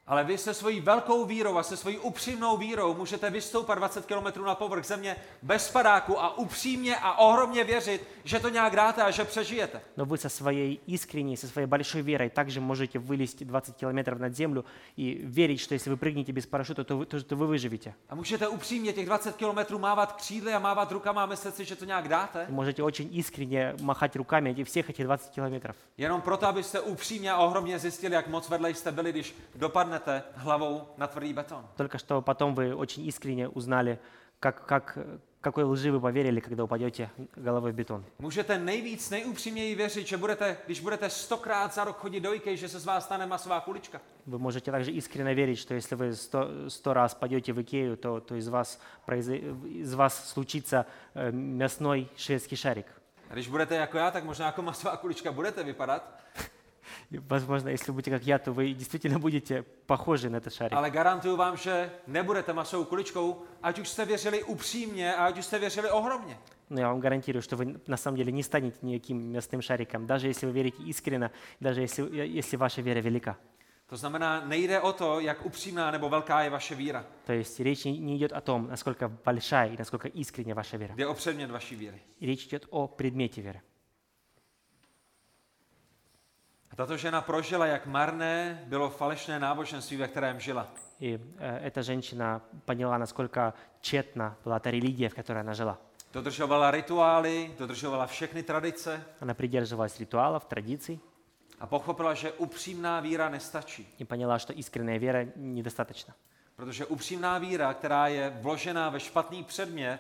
[SPEAKER 1] Ale vy se svojí velkou vírou a se svojí upřímnou vírou můžete vystoupat 20 km na povrch země bez padáku a upřímně a ohromně věřit, že to nějak dáte a že přežijete.
[SPEAKER 2] Но вы со своей искренней, со своей большой верой также можете вылезти 20 километров над землю и верить, что если вы прыгнете без парашюта, то вы, то, то вы выживете.
[SPEAKER 1] A můžete upřímně těch 20 km mávat křídly a mávat rukama a myslet si, že to nějak dáte,
[SPEAKER 2] Вы можете очень искренне махать руками эти, всех этих 20 километров.
[SPEAKER 1] jenom proto, abyste upřímně a ohromně zjistili, jak moc vedle jste byli, když dopadnete hlavou na tvrdý beton.
[SPEAKER 2] Только что потом вы очень искренне узнали, как, как, э, какой лжи вы поверили, когда упадете головой в бетон.
[SPEAKER 1] Můžete nejvíc, nejupřímněji věřit, že budete, když budete stokrát za rok chodit do IKEA, že se z vás stane masová kulička.
[SPEAKER 2] Вы можете также искренне верить, что если вы сто, сто раз пойдете в Икею, то, то из, вас произо- из вас случится э, мясной шведский шарик.
[SPEAKER 1] A když budete jako já, tak možná jako masová kulička budete vypadat,
[SPEAKER 2] И, Возможно, если будете как я, то вы действительно будете похожи на этот шарик.
[SPEAKER 1] Ale garantuju vám, že nebudete masovou kuličkou, ať už jste věřili upřímně a ať už jste věřili ohromně.
[SPEAKER 2] Но я вам гарантирую, что вы на самом деле не станете никаким мясным шариком, даже если вы верите искренне, даже если, э, если ваша вера велика.
[SPEAKER 1] To znamená, nejde o to, jak upřímná nebo velká je vaše víra.
[SPEAKER 2] То есть речь не не идет о том, насколько большая и насколько искренне ваша вера.
[SPEAKER 1] Jde o předmět vaší víry.
[SPEAKER 2] Речь идет о предмете веры.
[SPEAKER 1] A tato žena prožila, jak marné bylo falešné náboženství, ve kterém žila.
[SPEAKER 2] И э, эта женщина поняла, насколько тщетна была та религия, в которой она жила.
[SPEAKER 1] Dodržovala rituály, dodržovala všechny tradice
[SPEAKER 2] Она придерживалась ритуалов, традиций
[SPEAKER 1] a pochopila, že upřímná víra nestačí.
[SPEAKER 2] и поняла, что искренняя вера недостаточно.
[SPEAKER 1] Protože upřímná víra, která je vložená ve špatný předmět,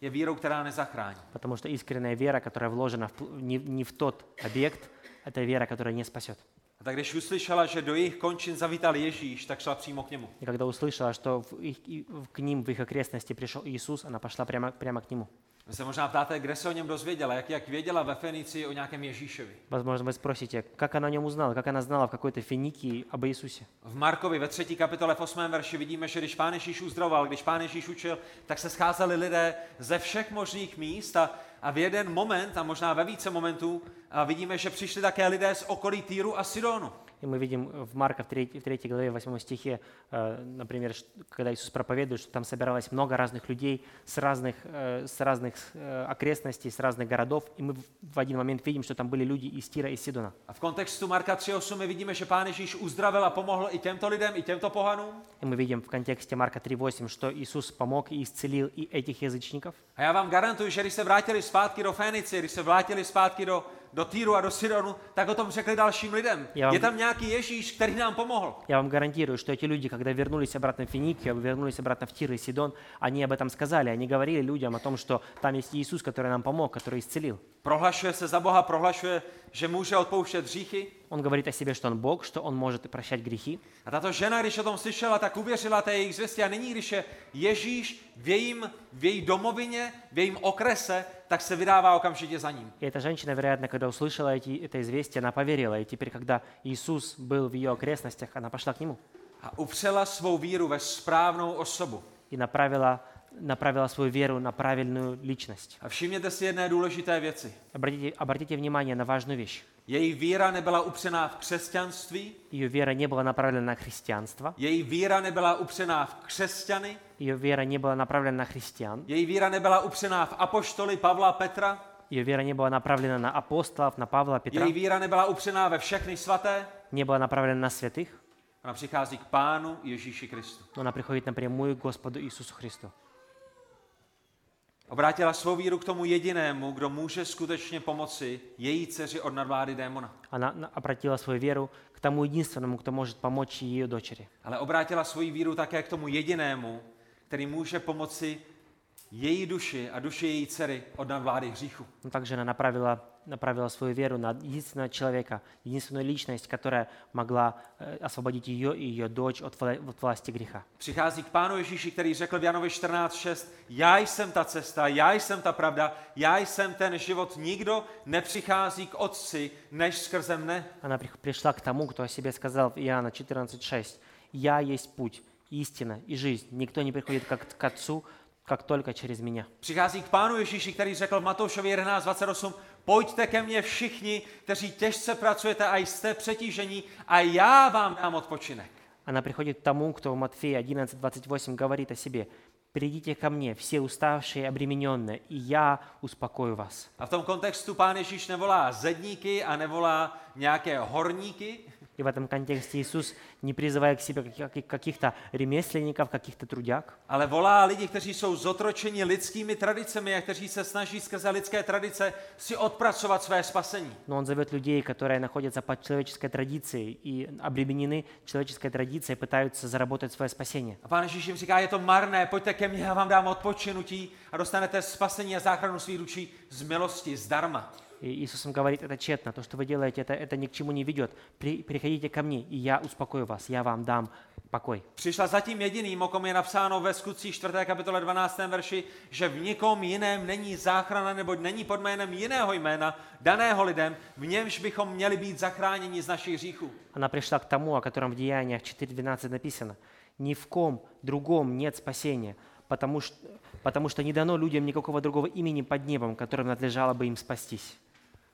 [SPEAKER 1] je vírou, která nezachrání.
[SPEAKER 2] Потому что искренняя вера, которая вложена в пл- не, не в тот объект, это вера, которая не спасет.
[SPEAKER 1] A tak když uslyšela, že do jejich končin zavítal Ježíš, tak šla přímo k němu.
[SPEAKER 2] И когда услышала, что в их- и в- к ним, в их окрестности пришел Иисус, она пошла прямо, прямо к нему.
[SPEAKER 1] Vy se možná ptáte, kde se o něm dozvěděla, jak, jak věděla ve Fenici o nějakém Ježíšovi.
[SPEAKER 2] Возможно, вы спросите, как она о нем узнала, как она знала в какой-то финикии об Иисусе.
[SPEAKER 1] V Markovi ve třetí kapitole v 8. verši vidíme, že když Pán Ježíš uzdravoval, když Pán Ježíš učil, tak se scházeli lidé ze všech možných míst a, a v jeden moment, a možná ve více momentů, a vidíme, že přišli také lidé z okolí Týru a Sidonu.
[SPEAKER 2] И мы видим в Марка в 3, в третьей главе 8 стихе, э, например, ш- когда Иисус проповедует, что там собиралось много разных людей с разных, э, с разных э, окрестностей, с разных городов, и мы в- в один момент видим, что там были люди из Тира и Сидона.
[SPEAKER 1] A v kontextu Marka 3.8 my vidíme, že Pán Ježíš uzdravil a pomohl i těmto lidem, i těmto pohanům.
[SPEAKER 2] И мы видим в контексте Марка 3.8, что Иисус помог и исцелил и этих язычников.
[SPEAKER 1] A já vám garantuji, že když se vrátili zpátky do Fénici, když se vrátili zpátky do, do Týru a do Sidonu, tak o tom řekli dalším lidem.
[SPEAKER 2] Já vám-
[SPEAKER 1] Je tam nějaký Ježíš, který nám pomohl.
[SPEAKER 2] Я вам гарантирую, что эти люди, когда вернулись обратно в Финикию, вернулись обратно в Тир и Сидон, они об этом сказали, они говорили людям о том, что там есть Иисус, который нам помог, который исцелил.
[SPEAKER 1] Prohlašuje se za Boha, prohlašuje, že může odpouštět hříchy,
[SPEAKER 2] он говорит о себе, что он Бог, что он может прощать грехи.
[SPEAKER 1] A tato žena, když o tom slyšela, tak uvěřila té jejich zvěstě. A nyní, když je Ježíš v, jejím, v její domovině, v jejím okrese, tak se vydává okamžitě za ním.
[SPEAKER 2] И эта женщина, вероятно, когда услышала эти, это известие, она поверила. И теперь, когда Иисус был в ее окрестностях, она пошла к нему
[SPEAKER 1] A upřela svou víru ve správnou osobu.
[SPEAKER 2] и направила, направила свою веру на правильную личность.
[SPEAKER 1] A všimněte si jedné důležité věci.
[SPEAKER 2] Обратите, обратите внимание на важную вещь.
[SPEAKER 1] Její víra nebyla upřená v křesťanství,
[SPEAKER 2] Ее вера не была направлена на христианство,
[SPEAKER 1] její víra nebyla upřená v křesťany,
[SPEAKER 2] ее вера не была направлена на христиан,
[SPEAKER 1] její víra nebyla upřená v apoštoly Pavla Petra,
[SPEAKER 2] ее вера не была направлена на апостолов, на Павла, Петра,
[SPEAKER 1] její víra nebyla upřená ve všechny svaté.
[SPEAKER 2] не была направлена на святых,
[SPEAKER 1] Ona přichází k Pánu Ježíši Kristu.
[SPEAKER 2] но она приходит напрямую к Господу Иисусу Христу.
[SPEAKER 1] Obrátila svou víru k tomu jedinému, kdo může skutečně pomoci její dceři od nadvlády démona.
[SPEAKER 2] Она на- обратила свою веру к тому единственному, кто может помочь ее дочери.
[SPEAKER 1] Ale obrátila svoji víru také k tomu jedinému, který může pomoci její duši a duši její dcery od nadvlády hříchu.
[SPEAKER 2] Но также она направила, направила свою веру на единственного человека, единственную личность, которая могла э, освободить ее и ее дочь от, вла- от власти греха.
[SPEAKER 1] Přichází k Pánu Ježíši, který řekl v Janovi 14.6, já jsem ta cesta, já jsem ta pravda, já jsem ten život, nikdo nepřichází k Otci, než skrze mne.
[SPEAKER 2] Она прих- пришла к тому, кто о себе сказал в Иоанна 14:6. «Я есть путь, истина и жизнь. Никто не приходит как к Отцу, как только через Меня».
[SPEAKER 1] Přichází k Pánu Ježíši, který řekl v Matoušovi 11.28, pojďte ke mně všichni, kteří těžce pracujete a jste přetížení a já vám dám odpočinek.
[SPEAKER 2] Она приходит к тому, кто в Матфея 11:28 говорит о себе. «Придите ко мне, все уставшие и обремененные, и я успокою вас».
[SPEAKER 1] A v tom kontextu Pán Ježíš nevolá zedníky a nevolá nějaké horníky,
[SPEAKER 2] И в этом контексте Иисус, не призывая к себе каких- каких-то ремесленников, каких-то трудяг,
[SPEAKER 1] ale volá lidi, kteří jsou zotročeni lidskými tradicemi a kteří se snaží skrze lidské tradice si odpracovat své spasení.
[SPEAKER 2] но Он зовет людей, которые находятся под человеческой традицией и обременены человеческой традицией, пытаются заработать свое спасение.
[SPEAKER 1] A Pán Ježíš jim říká, je to marné, pojďte ke mně, já vám dám odpočinutí a dostanete spasení a záchranu svých duší z milosti, zdarma.
[SPEAKER 2] И Иисус им говорит, это тщетно, то, что вы делаете, это, это ни к чему не ведет. При- приходите ко мне, и я успокою вас, я вам дам покой.
[SPEAKER 1] Přišla za tím jediným, o kom je napsáno ve skutcích 4. kapitole 12. verši, že v nikom jiném není záchrana, neboť není pod jménem jiného jména, daného lidem, v němž bychom měli být zachráněni z našich hříchů.
[SPEAKER 2] Она пришла к тому, о котором в Деяниях 4.12 написано. Ни в ком другом нет спасения, потому что, потому что не дано людям никакого другого имени под небом, которым надлежало бы им спастись.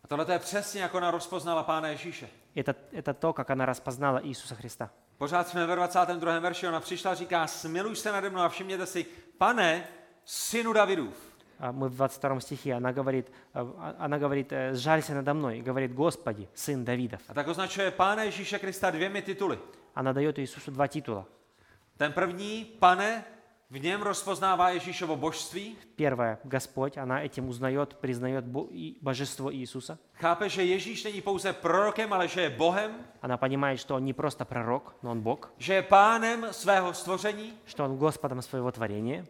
[SPEAKER 1] A tohle to je přesně, jak ona rozpoznala Pána Ježíše.
[SPEAKER 2] Это, это то, как она распознала Иисуса Христа.
[SPEAKER 1] Pořád jsme ve 22. verši, ona přišla a říká, smiluj se nade mnou a všimněte si, pane, synu Davidův.
[SPEAKER 2] А Мы в 22 стихе, она говорит, э, а- она говорит, э, «Сжалься надо мной», и говорит, «Господи, сын Давидов».
[SPEAKER 1] A tak označuje Pána Ježíše Krista dvěmi tituly.
[SPEAKER 2] Она дает Иисусу два титула.
[SPEAKER 1] Ten první, pane, v něm rozpoznává Ježíšovo božství,
[SPEAKER 2] Первое, Господь, она этим узнает, признает бо- и божество Иисуса.
[SPEAKER 1] Chápe, že Ježíš není pouze prorokem, ale že je Bohem,
[SPEAKER 2] Она понимает, что он не просто пророк, но он Бог,
[SPEAKER 1] že je pánem svého stvoření.
[SPEAKER 2] что он Господом своего творения.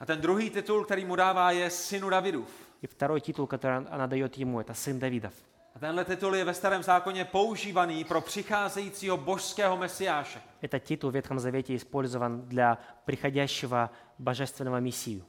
[SPEAKER 1] A ten druhý titul, který mu dává, je synu Davidův.
[SPEAKER 2] И второй титул, который он- она дает ему, это сын Давидов.
[SPEAKER 1] A tenhle titul je ve starém zákoně používaný pro přicházejícího božského mesiáše.
[SPEAKER 2] Этот титул в Ветхом Завете использован для приходящего божественного Мессию.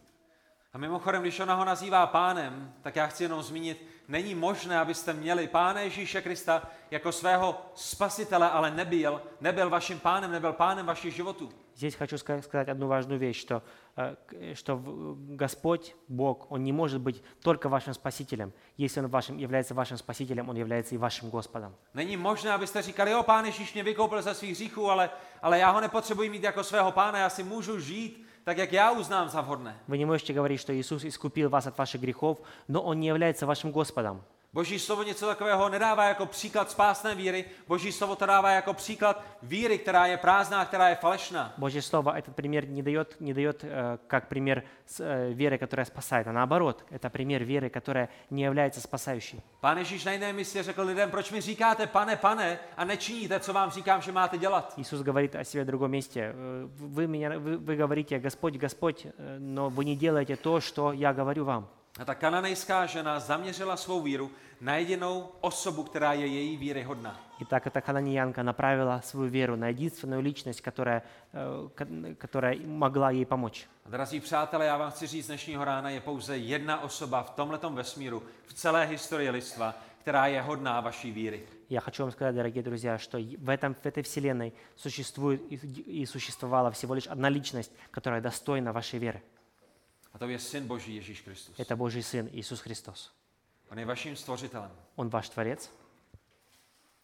[SPEAKER 1] A mimochodem, když ona ho nazývá pánem, tak já chci jenom zmínit, není možné, abyste měli pána Ježíše Krista jako svého spasitele, ale nebyl, nebyl vaším pánem, nebyl pánem vašich životů.
[SPEAKER 2] Здесь хочу ска- сказать одну важную вещь, что, э, к- что в- Господь, Бог, Он не может быть только вашим спасителем. Если Он вашим, является вашим спасителем, Он является и вашим Господом.
[SPEAKER 1] Není možné, abyste říkali, jo, pán Ježíš mě vykoupil ze svých hříchů, ale, ale já ho nepotřebuji mít jako svého pána, já si můžu žít tak, jak já uznám za vhodné.
[SPEAKER 2] Вы не можете говорить, что Иисус искупил вас от ваших грехов, но Он не является вашим Господом.
[SPEAKER 1] Boží slovo něco takového nedává jako příklad spásné víry, boží slovo to dává jako příklad víry, která je prázdná, která je falešná.
[SPEAKER 2] Божье Слово этот пример не дает, не дает э, как пример с- э, веры, которая спасает, а наоборот, это пример веры, которая не является спасающей.
[SPEAKER 1] Pán Ježíš na jiném místě řekl lidem, proč mi říkáte pane, pane a nečiníte, co vám říkám, že máte dělat.
[SPEAKER 2] Иисус говорит о себе в другом месте. э, Вы, меня, вы, вы говорите «Господь, Господь», э, но вы не делаете то, что я говорю вам.
[SPEAKER 1] A ta kananejská žena zaměřila svou víru na jedinou osobu, která je její víry hodná.
[SPEAKER 2] Итак, эта хананиянка направила свою веру на единственную личность, которая, э, ко- которая могла ей помочь.
[SPEAKER 1] A Drazí přátelé, já vám chci říct, dnešního rána je pouze jedna osoba v tomhletom vesmíru, v celé historii lidstva, která je hodná vaší víry.
[SPEAKER 2] Я хочу вам сказать, дорогие друзья, что и в, этом, в этой вселенной существует и суди- и существовала всего лишь одна личность, которая достойна вашей веры.
[SPEAKER 1] A to je Syn Boží Ježíš Kristus.
[SPEAKER 2] Это Божий Сын Иисус Христос.
[SPEAKER 1] On je vaším stvořitelem.
[SPEAKER 2] Он ваш Творец,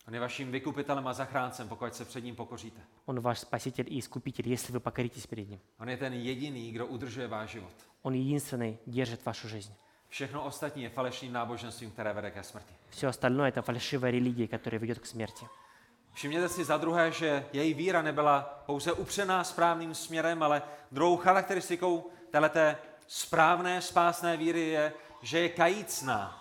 [SPEAKER 1] On je vaším vykupitelem a zachráncem, pokud se před ním pokoříte.
[SPEAKER 2] Он ваш Спаситель и Искупитель, если вы покоритесь перед Ним.
[SPEAKER 1] On je ten jediný, kdo udržuje váš život.
[SPEAKER 2] Он единственный держит вашу жизнь.
[SPEAKER 1] Všechno ostatní je falešným náboženstvím, které vede ke smrti.
[SPEAKER 2] Все остальное – это фальшивая религия, которая ведет к смерти.
[SPEAKER 1] Všimněte si za druhé, že její víra nebyla pouze upřená správným směrem, ale druhou charakteristikou téhleté správné spásné víry je, že je kajícná.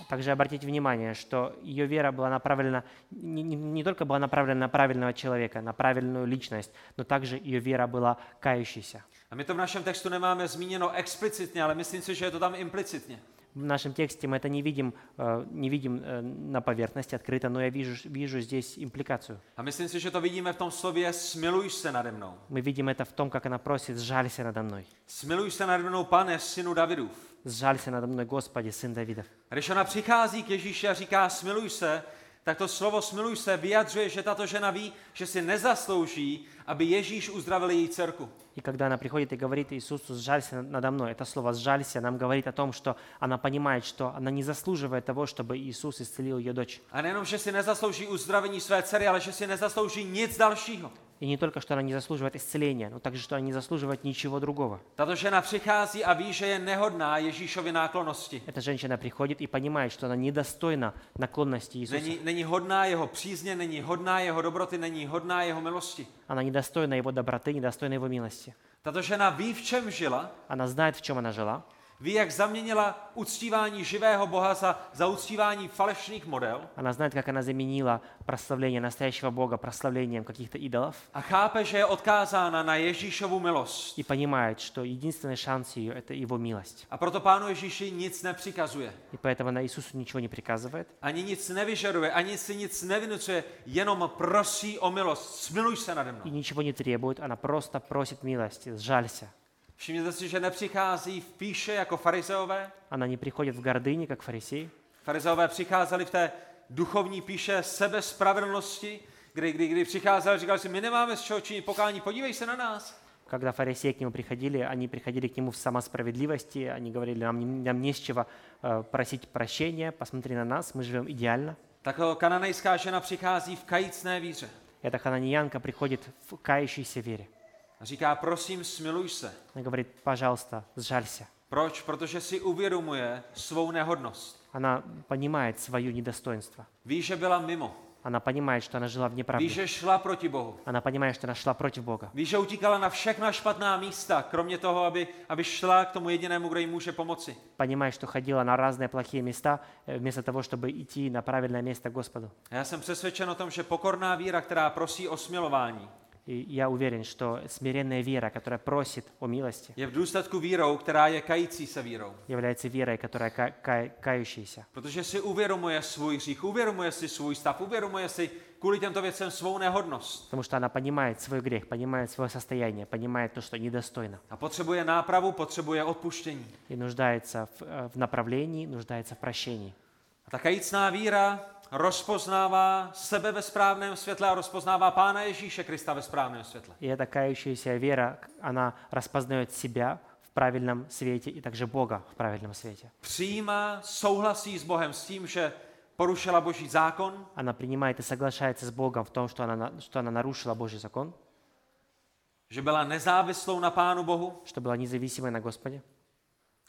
[SPEAKER 2] А Также обратите внимание, что ее вера была направлена, не, не- не только была направлена на правильного человека, на правильную личность, но также ее вера была кающейся.
[SPEAKER 1] A my to v našem textu nemáme zmíněno explicitně, ale myslím si, že je to tam implicitně.
[SPEAKER 2] В нашем тексте мы это не видим, э, не видим э, на поверхности открыто, но я вижу, вижу здесь импликацию.
[SPEAKER 1] A myslím si, že to vidíme v tom slově smiluj se nade mnou.
[SPEAKER 2] Мы видим это в том, как она просит «сжалься надо мной».
[SPEAKER 1] Smiluj se nade mnou, pane, synu Davidův.
[SPEAKER 2] «Сжалься надо мной, Господи, Сын Давидов».
[SPEAKER 1] A Když ona přichází k Ježíši a říká smiluj se, tak to slovo smiluj se vyjadřuje, že tato žena ví, že si nezaslouží, aby Ježíš uzdravil její dcerku.
[SPEAKER 2] И когда она приходит и говорит Иисусу «сжалься над- надо мной», это слово «сжалься» нам говорит о том, что она понимает, что она не заслуживает того, чтобы Иисус исцелил ее дочь.
[SPEAKER 1] A nejenom, že si nezaslouží uzdravení své dcery, ale že si nezaslouží nic dalšího.
[SPEAKER 2] И не только, что она не заслуживает исцеления, но также, что она не заслуживает ничего другого.
[SPEAKER 1] Tato žena přichází a ví, že je nehodná Ježíšovi náklonnosti.
[SPEAKER 2] Эта женщина приходит и понимает, что она недостойна наклонности Иисуса.
[SPEAKER 1] Není, není hodná jeho přízně, není hodná jeho dobroty, není hodná jeho milosti.
[SPEAKER 2] Она недостойна его доброты, недостойна его милости.
[SPEAKER 1] Tato žena ví, v čem žila,
[SPEAKER 2] Она знает, в чем она жила.
[SPEAKER 1] ví, jak zaměnila uctívání živého Boha za, za uctívání falešných model
[SPEAKER 2] Она знает, как она заменила прославление настоящего Бога прославлением каких-то идолов.
[SPEAKER 1] a chápe, že je odkázána na Ježíšovu milost.
[SPEAKER 2] И понимает, что единственный šанс ее – это его милость.
[SPEAKER 1] A proto pánu Ježíši nic nepřikazuje.
[SPEAKER 2] И поэтому она Иисусу ничего не приказывает,
[SPEAKER 1] Ani nic nevyžaduje, ani si nic nevinucuje, jenom prosí o milost. Smiluj se nade mnou.
[SPEAKER 2] и ничего не требует, она просто просит милости, сжалься.
[SPEAKER 1] Všimněte si, že nepřichází v píše jako farizeové.
[SPEAKER 2] Она не приходит в гордыне, как фарисей.
[SPEAKER 1] Farizeové přicházeli v té duchovní píše sebe spravedlnosti, kdy, kdy, kdy přicházeli, říkali si, my nemáme z čeho činit pokání, podívej se na nás.
[SPEAKER 2] Когда фарисеи к нему приходили, они приходили к нему в самосправедливости, они говорили, нам, не- нам не с чего э, просить прощения, посмотри на нас, мы живем идеально.
[SPEAKER 1] Tak kananejská žena přichází v kajícné víře
[SPEAKER 2] Эта хананиянка приходит в кающейся вере.
[SPEAKER 1] a říká, prosím, smiluj se.
[SPEAKER 2] Она говорит, пожалуйста, сжалься.
[SPEAKER 1] Proč? Protože si uvědomuje svou nehodnost.
[SPEAKER 2] Она понимает свое недостоинство.
[SPEAKER 1] Ví, že byla mimo.
[SPEAKER 2] Она понимает, что она жила в
[SPEAKER 1] Ví,
[SPEAKER 2] неправде.
[SPEAKER 1] že šla proti Bohu.
[SPEAKER 2] Она понимает, что она шла против Бога.
[SPEAKER 1] Ví, že utíkala na všechna špatná místa, kromě toho, aby, aby šla k tomu jedinému, kdo jí může pomoci.
[SPEAKER 2] понимая, что ходила на разные плохие места, э, вместо того, чтобы идти на правильное место к Господу.
[SPEAKER 1] A Já jsem přesvědčen o tom, že pokorná víra, která prosí o smilování,
[SPEAKER 2] И я уверен, что смиренная вера, которая prосит о милости,
[SPEAKER 1] je v důsledku vírou, která je kající se vírou.
[SPEAKER 2] является верой, которая ка- ка- кающаяся.
[SPEAKER 1] Protože si uvědomuje svůj hřích, uvědomuje si svůj stav, uvědomuje si kvůli těmto věcem svou nehodnost
[SPEAKER 2] Потому что она понимает свой грех, понимает свое состояние, понимает то, что недостойно.
[SPEAKER 1] a potřebuje nápravu, potřebuje odpuštění.
[SPEAKER 2] И нуждается в, э, в направлении, нуждается в прощении.
[SPEAKER 1] A ta kajícná víra rozpoznává sebe ve správném světle a rozpoznává Pána Ježíše Krista ve správném světle.
[SPEAKER 2] И эта кающаяся вера, к- она распознает себя в правильном свете и также Бога в правильном свете.
[SPEAKER 1] Přijímá, souhlasí s Bohem s tím, že porušila Boží zákon,
[SPEAKER 2] Она принимает и соглашается с Богом в том, что она, на- что она нарушила Божий закон,
[SPEAKER 1] že byla nezávislou na Pánu Bohu,
[SPEAKER 2] что была независимой на Господе,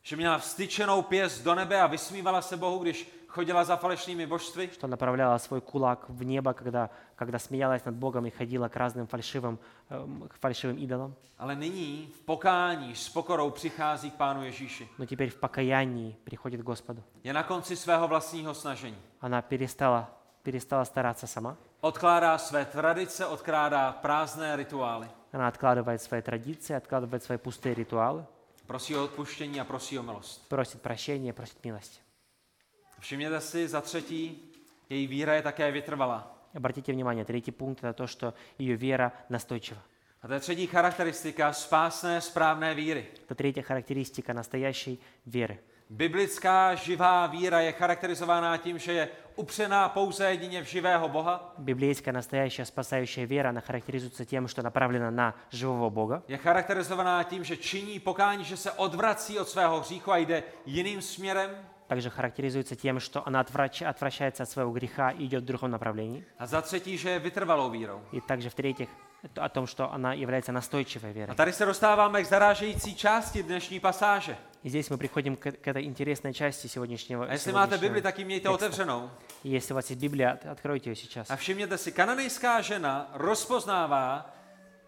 [SPEAKER 1] že měla vstyčenou pěst do nebe a vysmívala se Bohu, když chodila za falešnými božstvy,
[SPEAKER 2] что направляла свой кулак в небо, когда, когда смеялась над Богом и ходила к разным фальшивым, эм, к фальшивым идолам.
[SPEAKER 1] ale nyní v pokání s pokorou přichází k Pánu Ježíši.
[SPEAKER 2] Но теперь в покаянии приходит к Господу.
[SPEAKER 1] Je na konci svého vlastního snažení.
[SPEAKER 2] Она перестала, перестала стараться сама,
[SPEAKER 1] Odkládá své tradice, odkládá prázdné rituály.
[SPEAKER 2] она откладывает свои традиции, откладывает свои пустые ритуалы,
[SPEAKER 1] Prosí o odpuštění a prosí o milost.
[SPEAKER 2] просит прощения, просит милости.
[SPEAKER 1] Všimněte si za třetí, její víra je také vytrvalá.
[SPEAKER 2] Обратите внимание, третий пункт – это то, что ее вера настойчива.
[SPEAKER 1] A to je třetí charakteristika spásné správné víry.
[SPEAKER 2] Это третья характеристика настоящей веры.
[SPEAKER 1] Biblická živá víra je charakterizována tím, že je upřená pouze jedině v živého Boha,
[SPEAKER 2] Библейская настоящая спасающая вера, она характеризуется тем, что направлена на живого Бога.
[SPEAKER 1] je charakterizovaná tím, že činí pokání, že se odvrací od svého hříchu a jde jiným směrem.
[SPEAKER 2] Также характеризуется тем, что она отврач- отвращается от своего греха и идет в другом направлении.
[SPEAKER 1] A za třetí, že je vytrvalou vírou.
[SPEAKER 2] И также, в-третьих, это о том, что она является настойчивой
[SPEAKER 1] A
[SPEAKER 2] верой.
[SPEAKER 1] tady se dostáváme k zarážející části dnešní pasáže.
[SPEAKER 2] И здесь мы приходим к, к этой интересной части сегодняшнего,
[SPEAKER 1] A jestli máte
[SPEAKER 2] сегодняшнего
[SPEAKER 1] Bibli, так ji mějte otevřenou.
[SPEAKER 2] И Если у вас есть Библия, от- откройте ее сейчас.
[SPEAKER 1] A všimněte si, kananejská žena rozpoznává,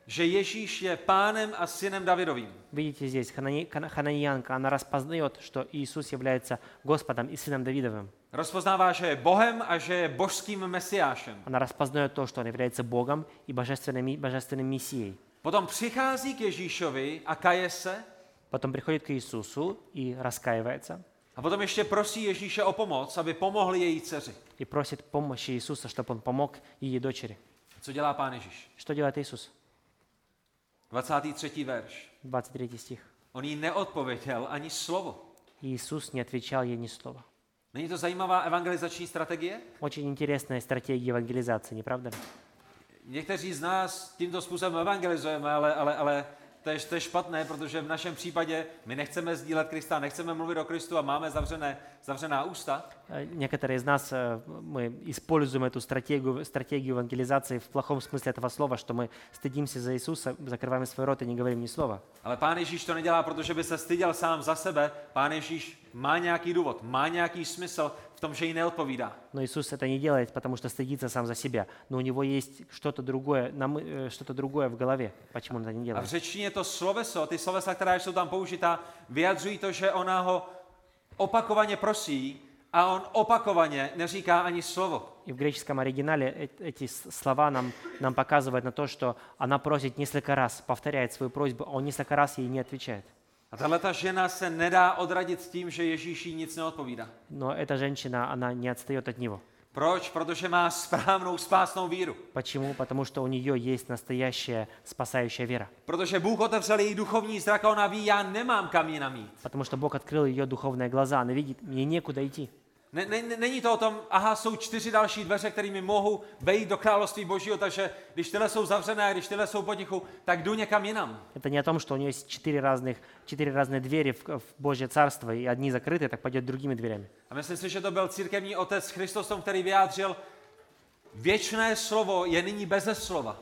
[SPEAKER 1] že Ježíš je pánem a synem Davidovým.
[SPEAKER 2] Видите здесь, ханани- кана- хананиянка, она распознает, что Иисус является Господом и Сыном Давидовым.
[SPEAKER 1] Rozpoznává, že je Bohem a že je božským mesiášem.
[SPEAKER 2] Она распознает то, что он является Богом и божественным, ми- божественным Мессией.
[SPEAKER 1] Potom přichází k Ježíšovi a kaje se
[SPEAKER 2] Потом приходит к Иисусу и раскаивается,
[SPEAKER 1] a potom ještě prosí Ježíše o pomoc, aby pomohli její dceři.
[SPEAKER 2] и просит помощи Иисуса, чтобы он помог ее дочери.
[SPEAKER 1] Co dělá pán Ježíš?
[SPEAKER 2] Что делает Иисус?
[SPEAKER 1] 23. verš.
[SPEAKER 2] 23 стих.
[SPEAKER 1] On jí neodpověděl ani slovo.
[SPEAKER 2] Иисус не отвечал ей ни слова.
[SPEAKER 1] Není to zajímavá evangelizační strategie?
[SPEAKER 2] Очень интересная стратегия евангелизации, не правда ли?
[SPEAKER 1] Někteří z nás tímto způsobem evangelizujeme, ale, ale, ale to, je, to je špatné, protože v našem případě my nechceme sdílet Krista, nechceme mluvit o Kristu a máme zavřené, zavřená ústa.
[SPEAKER 2] Э, Некоторые из нас, э, мы используем эту стратегию, стратегию евангелизации в плохом смысле этого слова, что мы стыдимся за Иисуса, закрываем свой рот и не говорим ни слова.
[SPEAKER 1] Ale pán Ježíš to nedělá, protože by se styděl sám za sebe. Pán Ježíš má nějaký důvod, má nějaký smysl v tom, že jí neodpovídá.
[SPEAKER 2] Но Иисус это не делает, потому что стыдится сам за себя. Но у него есть что-то другое, нам, э, что-то другое в голове, почему он это не
[SPEAKER 1] A v
[SPEAKER 2] делает.
[SPEAKER 1] řečtině to sloveso, ty slovesa, která jsou tam použitá, vyjadřují to, že ona ho opakovaně prosí a on opakovaně neříká ani slovo.
[SPEAKER 2] И в греческом оригинале э- эти с- слова нам, нам показывают на то, что она просит несколько раз, повторяет свою просьбу, а он несколько раз ей не отвечает.
[SPEAKER 1] A tahle ta žena se nedá odradit tím, že Ježíš jí nic neodpovídá.
[SPEAKER 2] Но эта женщина, она не отстает от него.
[SPEAKER 1] Proč? Protože má správnou spásnou víru.
[SPEAKER 2] Почему? Потому что у нее есть настоящая спасающая вера.
[SPEAKER 1] Protože Bůh otevřel její duchovní zrak a ona ví, já nemám kam jinam jít.
[SPEAKER 2] Потому что Бог открыл ее духовные глаза, она видит, мне некуда идти.
[SPEAKER 1] Ne, ne, ne- není to o tom, aha, jsou čtyři další dveře, kterými mohu vejít do království božího, takže když tyhle jsou zavřené, a když tyhle jsou potichu, tak jdu někam jinam.
[SPEAKER 2] Это не о том, что у нее есть четыре разных, четыре разные двери в, в Божье Царство, и одни закрыты, так пойдет другими дверями.
[SPEAKER 1] A myslím si, že to byl církevní otec Christos, který vyjádřil, věčné slovo je nyní beze slova.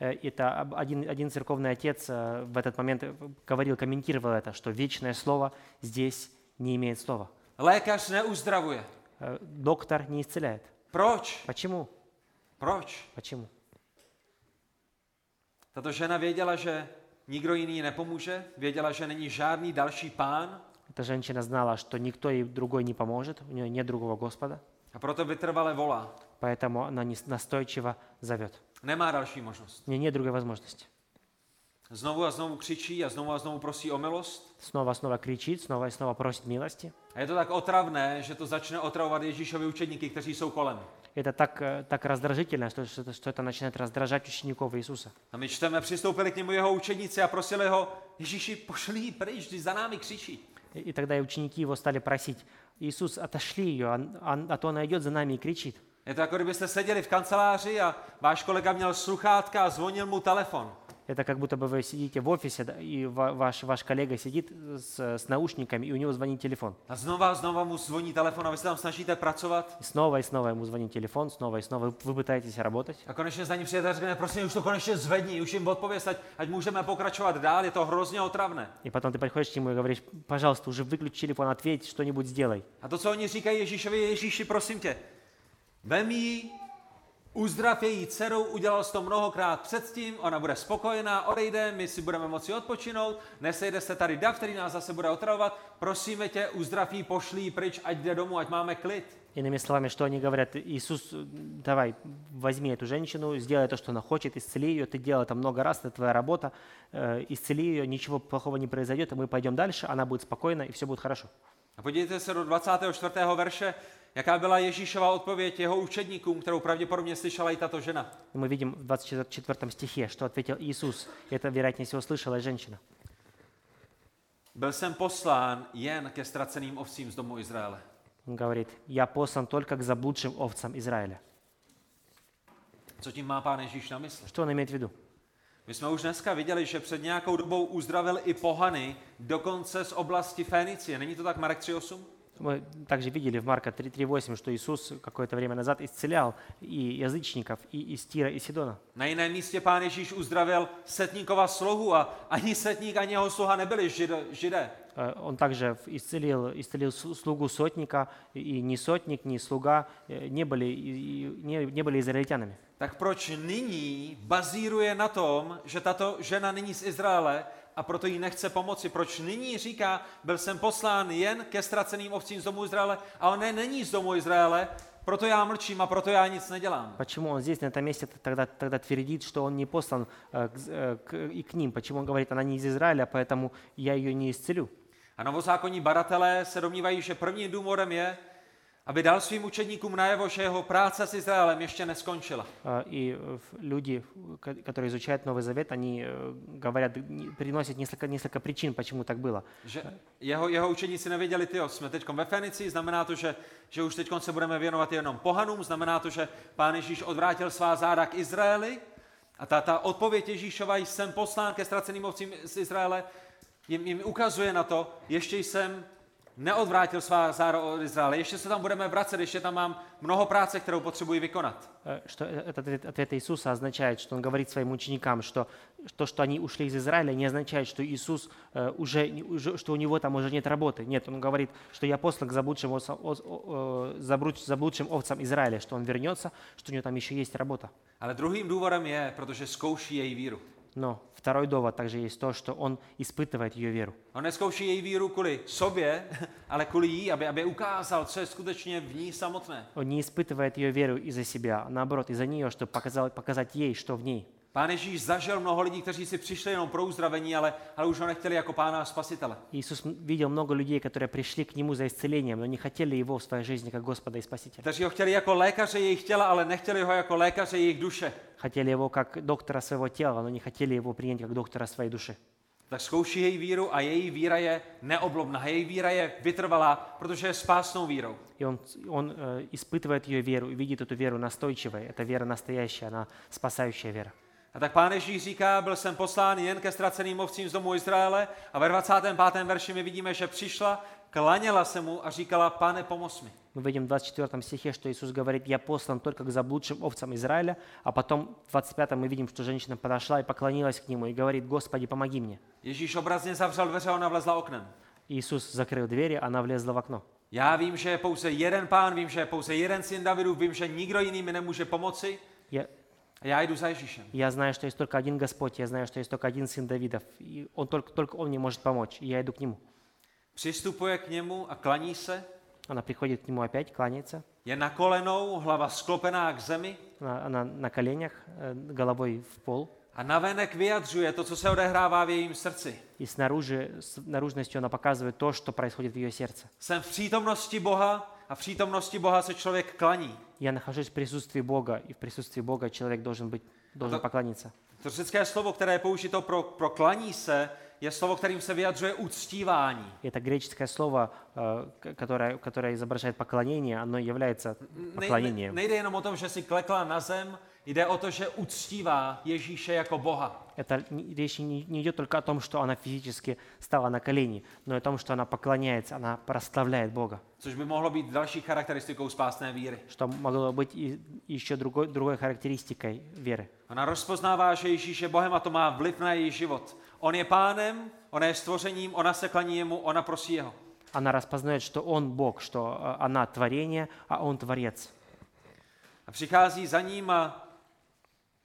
[SPEAKER 2] Э, Это об- один, один церковный отец э, в этот момент э, говорил, комментировал это, что вечное слово здесь не imеет слова.
[SPEAKER 1] Lékař neuzdravuje.
[SPEAKER 2] Э, Доктор не исцеляет.
[SPEAKER 1] Proč?
[SPEAKER 2] Почему?
[SPEAKER 1] Proč?
[SPEAKER 2] Почему?
[SPEAKER 1] Tato žena věděla, že nikdo jiný jí nepomůže, věděla, že není žádný další pán
[SPEAKER 2] Эта женщина знала, что никто ей другой не поможет, у нее нет другого Господа,
[SPEAKER 1] a proto vytrvale volá.
[SPEAKER 2] поэтому она не- настойчиво зовет.
[SPEAKER 1] Nemá další možnost.
[SPEAKER 2] У нее нет другой возможности.
[SPEAKER 1] Znovu a znovu křičí a znovu a znovu prosí o milost.
[SPEAKER 2] снова снова кричит, снова и снова просит милости.
[SPEAKER 1] A je to tak otravné, že to začne otravovat Ježíšovi učedníky, kteří jsou kolem.
[SPEAKER 2] Это так, э, так раздражительно, что, что, это- что это начинает раздражать учеников Иисуса.
[SPEAKER 1] A my čteme, přistoupili k němu jeho učedníci a prosili ho, Ježíši, pošli ji pryč, když za námi křičí.
[SPEAKER 2] И, и тогда и ученики его стали просить, Иисус, отошли ее, а, а- а то она идет за нами и кричит.
[SPEAKER 1] Je to jako kdybyste seděli v kanceláři a váš kolega měl sluchátka a zvonil mu telefon.
[SPEAKER 2] Это как будто бы вы сидите в офисе, да, и ва- ваш, ваш коллега сидит с, с наушниками, и у него звонит телефон.
[SPEAKER 1] A znova a znova mu zvoní telefon a vy se tam snažíte pracovat.
[SPEAKER 2] И снова и снова ему звонит телефон, снова и снова. Вы, вы пытаетесь работать.
[SPEAKER 1] A konečně za ním přijete a řekne, prosím, už to konečně zvedni, už jim odpověz, ať, ať můžeme pokračovat dál, je to hrozně otravné.
[SPEAKER 2] И потом ты приходишь к нему и говоришь, пожалуйста, уже выключи телефон, ответь, что-нибудь сделай.
[SPEAKER 1] A to, co oni říkají Ježíšovi, je Ježíši, prosím tě, vem ji, Uzdrav její dceru, udělal jsi to mnohokrát předtím, ona bude spokojená, odejde, my si budeme moci odpočinout, nesejde se tady dav, který nás zase bude otravovat, prosíme tě, uzdrav jí, pošli ji pryč, ať jde domů, ať máme klid.
[SPEAKER 2] Иными словами, что они говорят, Иисус, э, давай, возьми эту женщину, сделай то, что она хочет, исцели ее, ты делал это много раз, это твоя работа, э, исцели ее, ничего плохого не произойдет, и мы пойдем дальше, она будет спокойна, и все будет хорошо.
[SPEAKER 1] A podívejte se do 24. verše, jaká byla Ježíšova odpověď jeho učedníkům, kterou pravděpodobně slyšela i tato žena.
[SPEAKER 2] И мы видим в 24 стихе, что ответил Иисус, это, вероятнее всего, слышала женщина.
[SPEAKER 1] Byl jsem poslán jen ke ztraceným ovcím z domu Izraele.
[SPEAKER 2] Он говорит, я послан только к заблудшим овцам Израиля.
[SPEAKER 1] Co tím má pán Ježíš na mysli?
[SPEAKER 2] Что он имеет в виду?
[SPEAKER 1] My jsme už dneska viděli, že před nějakou dobou uzdravil i pohany, dokonce z oblasti Fénicie. Není to tak Marek 3.8?
[SPEAKER 2] Мы также видели в Марка 3.3.8, что Иисус какое-то время назад исцелял и язычников, и из Тира, и Сидона.
[SPEAKER 1] Na jiném místě pán Ježíš uzdravil setníkova sluhu a ani setník, ani jeho sluha nebyli žid- židé.
[SPEAKER 2] Э, Он также в- исцелил, исцелил слу- слугу сотника, и ни сотник, ни слуга э, не были, и- и- не, не были израильтянами.
[SPEAKER 1] Tak proč nyní bazíruje na tom, že tato žena není z Izraele a proto jí nechce pomoci? Proč nyní říká, byl jsem poslán jen ke ztraceným ovcím z domu Izraele a on ne, není z domu Izraele, proto já mlčím a proto já nic nedělám.
[SPEAKER 2] Почему он здесь, на этом месте, т- тогда, тогда твердит, что он не послан э, к, з- э, к- и к ним? Почему он говорит, она не из Израиля, поэтому я ее не исцелю?
[SPEAKER 1] A novozákonní badatelé se domnívají, že prvním důvodem je, aby dal svým učedníkům najevo, že jeho práce s Izraelem ještě neskončila.
[SPEAKER 2] А, И э, ф- люди, ф- ко- которые изучают Новый Завет, они э, говорят, н- приносят несколько, несколько причин, почему так было.
[SPEAKER 1] Že jeho, jeho učeníci nevěděli, ty jsme teď ve Fenici, znamená to, že, že už teď se budeme věnovat jenom pohanům, znamená to, že pán Ježíš odvrátil svá záda k Izraeli a ta, ta odpověď Ježíšova, jsem poslán ke ztraceným ovcím z Izraele, jim, jim ukazuje na to, ještě jsem neodvrátil svá záda od Izraele, ještě se tam budeme vracet, ještě tam mám mnoho práce, kterou potřebuji vykonat.
[SPEAKER 2] Э, Что э- этот ответ, ответ Иисуса означает, что он говорит своим ученикам, что то, что они ушли из Израиля, не означает, что Иисус э, уже, не- уже- что у него там уже нет работы. Нет, он говорит, что я послан к заблудшим, осо- о- о- э, забруч- заблудшим овцам Израиля, что он вернется, что у него там еще есть работа.
[SPEAKER 1] Ale druhým důvodem je, protože zkouší její víru.
[SPEAKER 2] Но второй довод также есть то, что он испытывает ее веру.
[SPEAKER 1] On neskouší její víru kvůli sobě, ale kvůli jí, aby, aby ukázal, co je skutečně v ní samotné.
[SPEAKER 2] Он не испытывает ее веру из-за себя, а наоборот, из-за нее, чтобы показал, показать ей, что в ней.
[SPEAKER 1] Pán Ježíš zažil mnoho lidí, kteří si přišli jenom pro uzdravení, ale, ale už ho nechtěli jako pána a spasitele.
[SPEAKER 2] Иисус м- видел много людей, которые пришли к Нему за исцелением, но не хотели Его в своей жизни как Господа и Спасителя.
[SPEAKER 1] Kteří ho chtěli jako lékaře jejich těla, ale nechtěli ho jako lékaře jejich duše.
[SPEAKER 2] Хотели Его как доктора своего тела, но не хотели Его принять как доктора своей души.
[SPEAKER 1] Tak zkouší její víru a její víra je neoblomná, její víra je vytrvalá, protože je spásnou vírou.
[SPEAKER 2] И Он, ц- он э, испытывает ее веру и видит эту веру настойчивой. Это вера настоящая, она спасающая вера.
[SPEAKER 1] A tak pán Ježíš říká, byl jsem poslán jen ke ztraceným ovcím z domu Izraele a ve 25. verši my vidíme, že přišla, klaněla se mu a říkala, pane, pomoz mi.
[SPEAKER 2] Мы видим в 24 стихе, что Иисус говорит, «Я послан только к заблудшим овцам Израиля», а потом в 25 мы видим, что женщина подошла и поклонилась к Нему и говорит, «Господи, помоги мне».
[SPEAKER 1] Ježíš obrazně zavřel dveře a ona vlezla oknem.
[SPEAKER 2] Иисус закрыл двери, она влезла в окно.
[SPEAKER 1] Já vím, že je pouze jeden pán, vím, že je pouze jeden syn Davidův, vím, že nikdo jiný mi nemůže pomoci
[SPEAKER 2] Я,
[SPEAKER 1] a já jdu za Ježíšem.
[SPEAKER 2] я знаю, что есть только один Господь, я знаю, что есть только один сын Давидов. И он только, только он мне может помочь, и я иду к нему.
[SPEAKER 1] Přistupuje k němu a klaní se,
[SPEAKER 2] Она приходит к нему опять, кланяется.
[SPEAKER 1] je na kolenou, hlava sklopená k zemi
[SPEAKER 2] Она, она на коленях, э, головой в пол.
[SPEAKER 1] a navenek vyjadřuje to, co se odehrává v jejím srdci.
[SPEAKER 2] И снаружи, с наружностью она показывает то, что происходит в ее сердце.
[SPEAKER 1] Jsem v přítomnosti Boha a v přítomnosti Boha se člověk klaní.
[SPEAKER 2] Я нахожусь в присутствии Бога, и в присутствии Бога человек должен, быть, должен
[SPEAKER 1] то-
[SPEAKER 2] поклониться.
[SPEAKER 1] To řecké slovo, které je použito pro, pro klaní se, je slovo, kterým se vyjadřuje uctívání.
[SPEAKER 2] И Это греческое слово, э, к- которое, которое изображает поклонение, оно является
[SPEAKER 1] Nej,
[SPEAKER 2] поклонением.
[SPEAKER 1] nejde jenom o tom, že si klekla na zem, jde o to, že uctívá Ježíše jako Boha.
[SPEAKER 2] Это не- речь не, не идет только о том, что она физически стала на колени, но и о том, что она поклоняется, она прославляет Бога,
[SPEAKER 1] Což by mohlo být další charakteristikou spásné víry.
[SPEAKER 2] что могло быть и еще другой, другой характеристикой веры.
[SPEAKER 1] Ona rozpoznává, že Ježíš je Bohem a to má vliv na její život. On je pánem, ona je stvořením, ona se klaní jemu, ona prosí jeho.
[SPEAKER 2] Она распознает, что Он Бог, что э, она творение, а Он Творец.
[SPEAKER 1] A přichází za ním a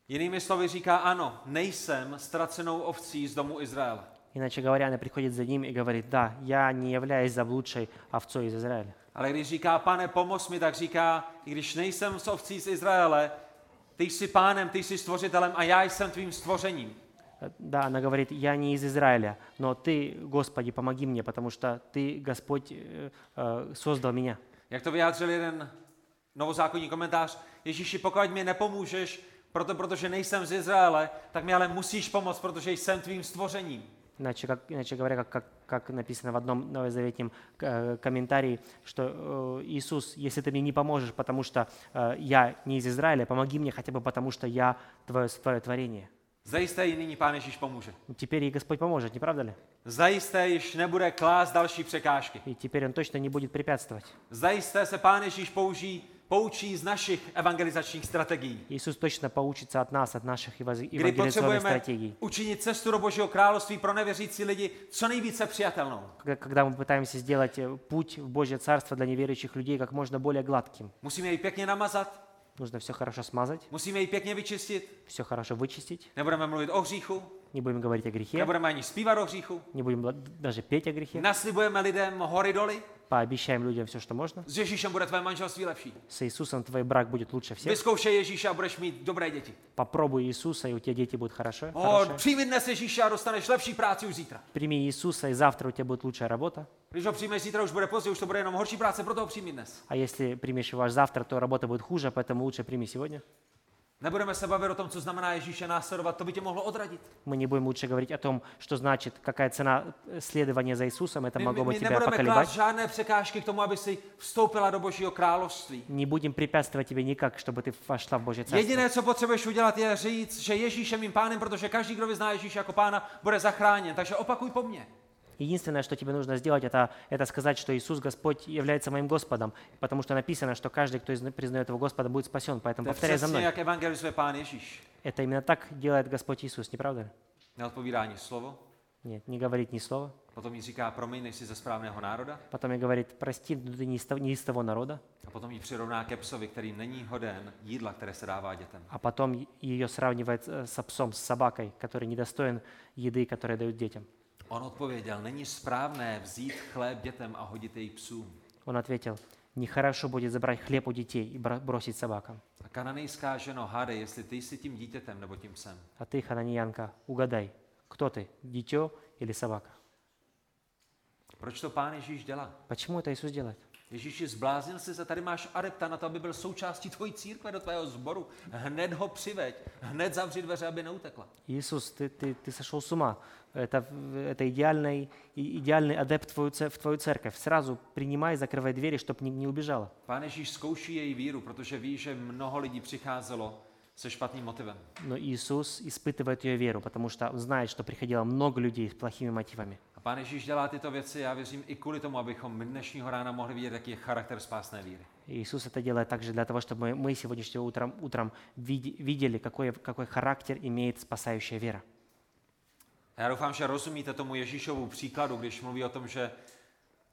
[SPEAKER 1] jinými slovy říká, ano, nejsem ztracenou ovcí z domu Izraele.
[SPEAKER 2] Иначе говоря, она приходит за ним и говорит, да, я не являюсь заблудшей овцой из Израиля.
[SPEAKER 1] Ale když říká, pane, pomoz mi, tak říká, i když nejsem z ovcí z Izraele, ty jsi pánem, ty jsi stvořitelem a já jsem tvým stvořením.
[SPEAKER 2] Э, Да, она говорит, я не из Израиля, но ты, Господи, помоги мне, потому что ты, Господь, э, э, создал меня.
[SPEAKER 1] Jak to vyjádřil jeden novozákonní komentář, Ježíši, pokud mi nepomůžeš, proto, protože nejsem z Izraele, tak mi ale musíš pomoct, protože jsem tvým stvořením.
[SPEAKER 2] Иначе, как, иначе говоря, как, как, как написано в одном новозаветнем э, комментарии, что э, Иисус, если ты мне не поможешь, потому что э, я не из Израиля, помоги мне хотя бы потому, что я твое, твое творение.
[SPEAKER 1] Zajisté jí nyní Pán Ježíš pomůže.
[SPEAKER 2] Теперь ей Господь поможет, не правда ли?
[SPEAKER 1] Zajisté již nebude klást další překážky.
[SPEAKER 2] И теперь Он точно не будет препятствовать.
[SPEAKER 1] Zajisté se Pán Ježíš použí, poučí z našich evangelizačních strategií.
[SPEAKER 2] Иисус точно поучится от нас, от наших эваз-
[SPEAKER 1] Kdy
[SPEAKER 2] евангелизационных
[SPEAKER 1] potřebujeme
[SPEAKER 2] стратегий.
[SPEAKER 1] učinit cestu do Božího království pro nevěřící lidi co nejvíce přijatelnou.
[SPEAKER 2] Когда- Когда мы пытаемся сделать э, путь в Божье Царство для неверующих людей как можно более гладким.
[SPEAKER 1] Musíme ji pěkně namazat,
[SPEAKER 2] Нужно все хорошо смазать,
[SPEAKER 1] musíme ji pěkně vyčistit,
[SPEAKER 2] все хорошо вычистить,
[SPEAKER 1] nebudeme mluvit o hříchu,
[SPEAKER 2] не будем говорить о грехе,
[SPEAKER 1] nebudeme ani zpívat o hříchu,
[SPEAKER 2] не будем бла- даже петь о грехе.
[SPEAKER 1] Naslibujeme lidem hory doly,
[SPEAKER 2] Пообещаем людям все, что можно.
[SPEAKER 1] s Ježíšem bude tvé manželství lepší.
[SPEAKER 2] С Иисусом твой брак будет лучше всех.
[SPEAKER 1] Vyzkoušej Ježíše a budeš mít dobré děti.
[SPEAKER 2] Попробуй Иисуса, и у тебя дети будут хорошо.
[SPEAKER 1] O,
[SPEAKER 2] хорошие.
[SPEAKER 1] přijmi dnes Ježíše a dostaneš lepší práci už zítra.
[SPEAKER 2] Прими Иисуса, и завтра у тебя будет лучшая работа.
[SPEAKER 1] Když ho přijmeš zítra, už bude pozdě, už to bude jenom horší práce, proto ho přijmi dnes.
[SPEAKER 2] А если примешь его аж завтра, то работа будет хуже, поэтому лучше прими сегодня.
[SPEAKER 1] Nebudeme se bavit o tom, co znamená Ježíše následovat, to by tě mohlo odradit.
[SPEAKER 2] Мы не будем лучше говорить о том, что значит, какая цена э, следования за Иисусом. Это
[SPEAKER 1] My,
[SPEAKER 2] могло
[SPEAKER 1] my,
[SPEAKER 2] бы
[SPEAKER 1] my
[SPEAKER 2] тебя
[SPEAKER 1] nebudeme klást
[SPEAKER 2] поколебать.
[SPEAKER 1] žádné překážky k tomu, aby si vstoupila do Božího království.
[SPEAKER 2] Не будем препятствовать тебе никак, чтобы ты вошла в Божье Царство.
[SPEAKER 1] Jediné, co potřebuješ udělat, je říct, že Ježíš je mým pánem, protože každý, kdo vyzná Ježíše jako pána, bude zachráněn. Takže opakuj po mně.
[SPEAKER 2] Единственное, что тебе нужно сделать, это, это сказать, что Иисус Господь является моим Господом, потому что написано, что каждый, кто изна- признает его Господа, будет спасен. Поэтому
[SPEAKER 1] To je
[SPEAKER 2] повторяй за
[SPEAKER 1] přesně,
[SPEAKER 2] мной.
[SPEAKER 1] jak evangelizuje pán Ježíš.
[SPEAKER 2] Это именно так делает Господь Иисус, не правда ли?
[SPEAKER 1] Neodpovídá ani slovo,
[SPEAKER 2] Нет, не говорит ни слова.
[SPEAKER 1] potom jí říká, promiň, nejsi ze správného národa,
[SPEAKER 2] Потом ей говорит, прости, но ты не из, того, не из того народа.
[SPEAKER 1] a potom ji přirovná ke psovi, který není hoden jídla, které se dává dětem.
[SPEAKER 2] А потом ее сравнивает э, с псом, с собакой, который недостоин еды, которую дают детям.
[SPEAKER 1] On odpověděl, není správné vzít chléb dětem a hodit jej psům.
[SPEAKER 2] Он ответил, нехорошо будет забрать хлеб у детей и бро- бросить собакам.
[SPEAKER 1] A kananejská ženo, hádej, jestli ty jsi tím dítětem nebo tím psem.
[SPEAKER 2] А ты, Хананиянка, угадай, кто ты, дитё или собака?
[SPEAKER 1] Proč to pán Ježíš dělá?
[SPEAKER 2] Почему это Иисус делает?
[SPEAKER 1] Ježíši, zbláznil jsi se, tady máš adepta na to, aby byl součástí tvojí církve do tvého sboru. Hned ho přiveď, hned zavři dveře, aby neutekla.
[SPEAKER 2] Иисус, ты, ты, ты сошел с ума. Это, в- это идеальный, и- идеальный адепт в твою, ц- в твою церковь. Сразу принимай, закрывай двери, чтобы не, не убежала.
[SPEAKER 1] Pán Ježíš zkouší její víru, protože ví, že mnoho lidí přicházelo se špatným motivem.
[SPEAKER 2] Но Иисус испытывает ее веру, потому что он знает, что приходило много людей с плохими мотивами.
[SPEAKER 1] A Pán Ježíš dělá tyto věci, já věřím, i kvůli tomu, abychom dnešního rána mohli vidět, jaký je charakter spásné víry.
[SPEAKER 2] И Иисус это делает также для того, чтобы мы- мы сегодняшним утром, утром види- видели, какой, какой характер имеет спасающая вера.
[SPEAKER 1] A já doufám, že rozumíte tomu Ježíšovu příkladu, když mluví o tom, že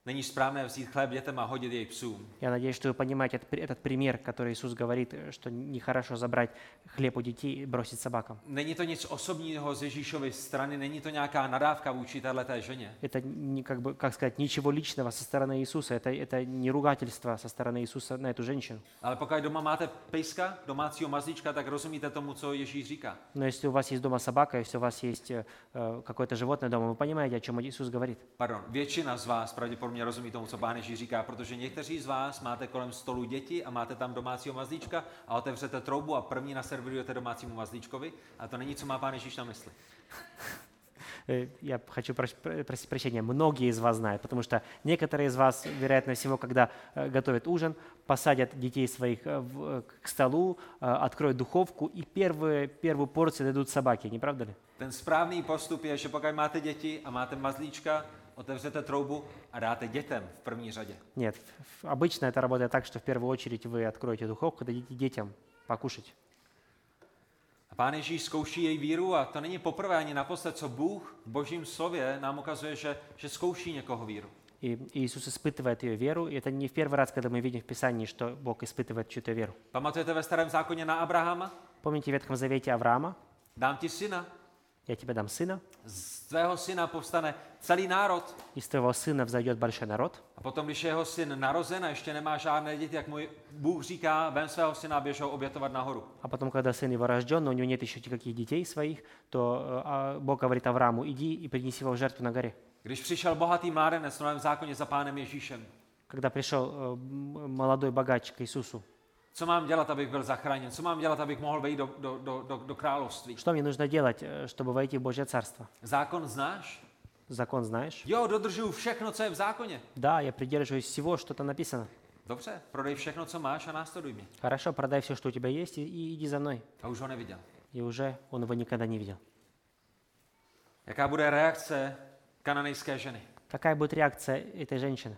[SPEAKER 1] není správné vzít chléb dětem a hodit jej psům.
[SPEAKER 2] Я надеюсь, что вы понимаете этот, при- этот пример, который Иисус говорит, э, что нехорошо забрать хлеб у детей и бросить собакам.
[SPEAKER 1] Není to nic osobního z Ježíšovy strany, není to nějaká nadávka vůči této ženě.
[SPEAKER 2] Это не, как бы, как сказать, ничего личного со стороны Иисуса. Это, это не ругательство со стороны Иисуса на эту женщину.
[SPEAKER 1] Ale pokud doma máte pejska, domácího mazlíčka, tak rozumíte tomu, co Ježíš říká.
[SPEAKER 2] Но если у вас есть дома собака, если у вас есть э, э, какое-то животное дома, вы понимаете, о чем Иисус говорит.
[SPEAKER 1] Pardon, většina z vás pravděpodobně rozumí tomu, co Pán Ježíš říká, protože někteří z vás máte kolem stolu děti a máte tam domácího mazlíčka a otevřete troubu a první naservirujete domácímu mazlíčkovi a to není, co má Pán Ježíš na mysli.
[SPEAKER 2] Э, Я п- хочу прос- пр- просить прощения, многие из вас знают, потому что некоторые из вас, вероятно всего, когда э, готовят ужин, посадят детей своих э, в- э, к столу, э, откроют духовку и первые, первую порцию дадут собаке, не правда ли?
[SPEAKER 1] Ten správný postup je, že pokud máte děti a máte mazlíčka, otevřete troubu a dáte dětem v první řadě.
[SPEAKER 2] Нет, ф- обычно это работает так, что в первую очередь вы откроете духовку, дадите детям покушать.
[SPEAKER 1] A Pán Ježíš zkouší její víru a to není poprvé ani naposled, co Bůh v božím slově nám ukazuje, že, že zkouší někoho víru.
[SPEAKER 2] И Иисус испытывает ее веру. И это не в первый раз, когда мы видим в Писании, что Бог испытывает чью-то веру.
[SPEAKER 1] Pamatujete ve starém zákoně na Abrahama?
[SPEAKER 2] Помните в Ветхом Завете Авраама?
[SPEAKER 1] Dám ti syna.
[SPEAKER 2] Я тебе дам сына,
[SPEAKER 1] Z tvého syna povstane celý národ.
[SPEAKER 2] из твоего сына взойдет большой народ.
[SPEAKER 1] A potom, když je jeho syn narozen a ještě nemá žádné děti, jak mu Bůh říká, vem svého syna a běž ho obětovat nahoru.
[SPEAKER 2] А потом, когда сын его рожден, но у него нет еще никаких детей своих, то э, а Бог говорит Аврааму, иди и принеси его в жертву на горе.
[SPEAKER 1] Když přišel bohatý mládenec v Novém zákoně za pánem Ježíšem,
[SPEAKER 2] Когда пришел э, м- молодой богач к Иисусу,
[SPEAKER 1] co mám dělat, abych byl zachráněn? Co mám dělat, abych mohl vejít do, do, do, do, do království?
[SPEAKER 2] что мне нужно делать, э, чтобы войти в Божье Царство?
[SPEAKER 1] Zákon znáš?
[SPEAKER 2] Закон знаешь?
[SPEAKER 1] Jo, dodržuju všechno, co je v zákoně.
[SPEAKER 2] Да, я придерживаюсь всего, что там написано.
[SPEAKER 1] Dobře, prodej všechno, co máš a následuj mě.
[SPEAKER 2] Хорошо, продай все, что у тебя есть, и, и иди за мной.
[SPEAKER 1] A už ho neviděl.
[SPEAKER 2] И уже он его никогда не видел.
[SPEAKER 1] Jaká bude reakce kananejské ženy?
[SPEAKER 2] Какая будет реакция этой женщины?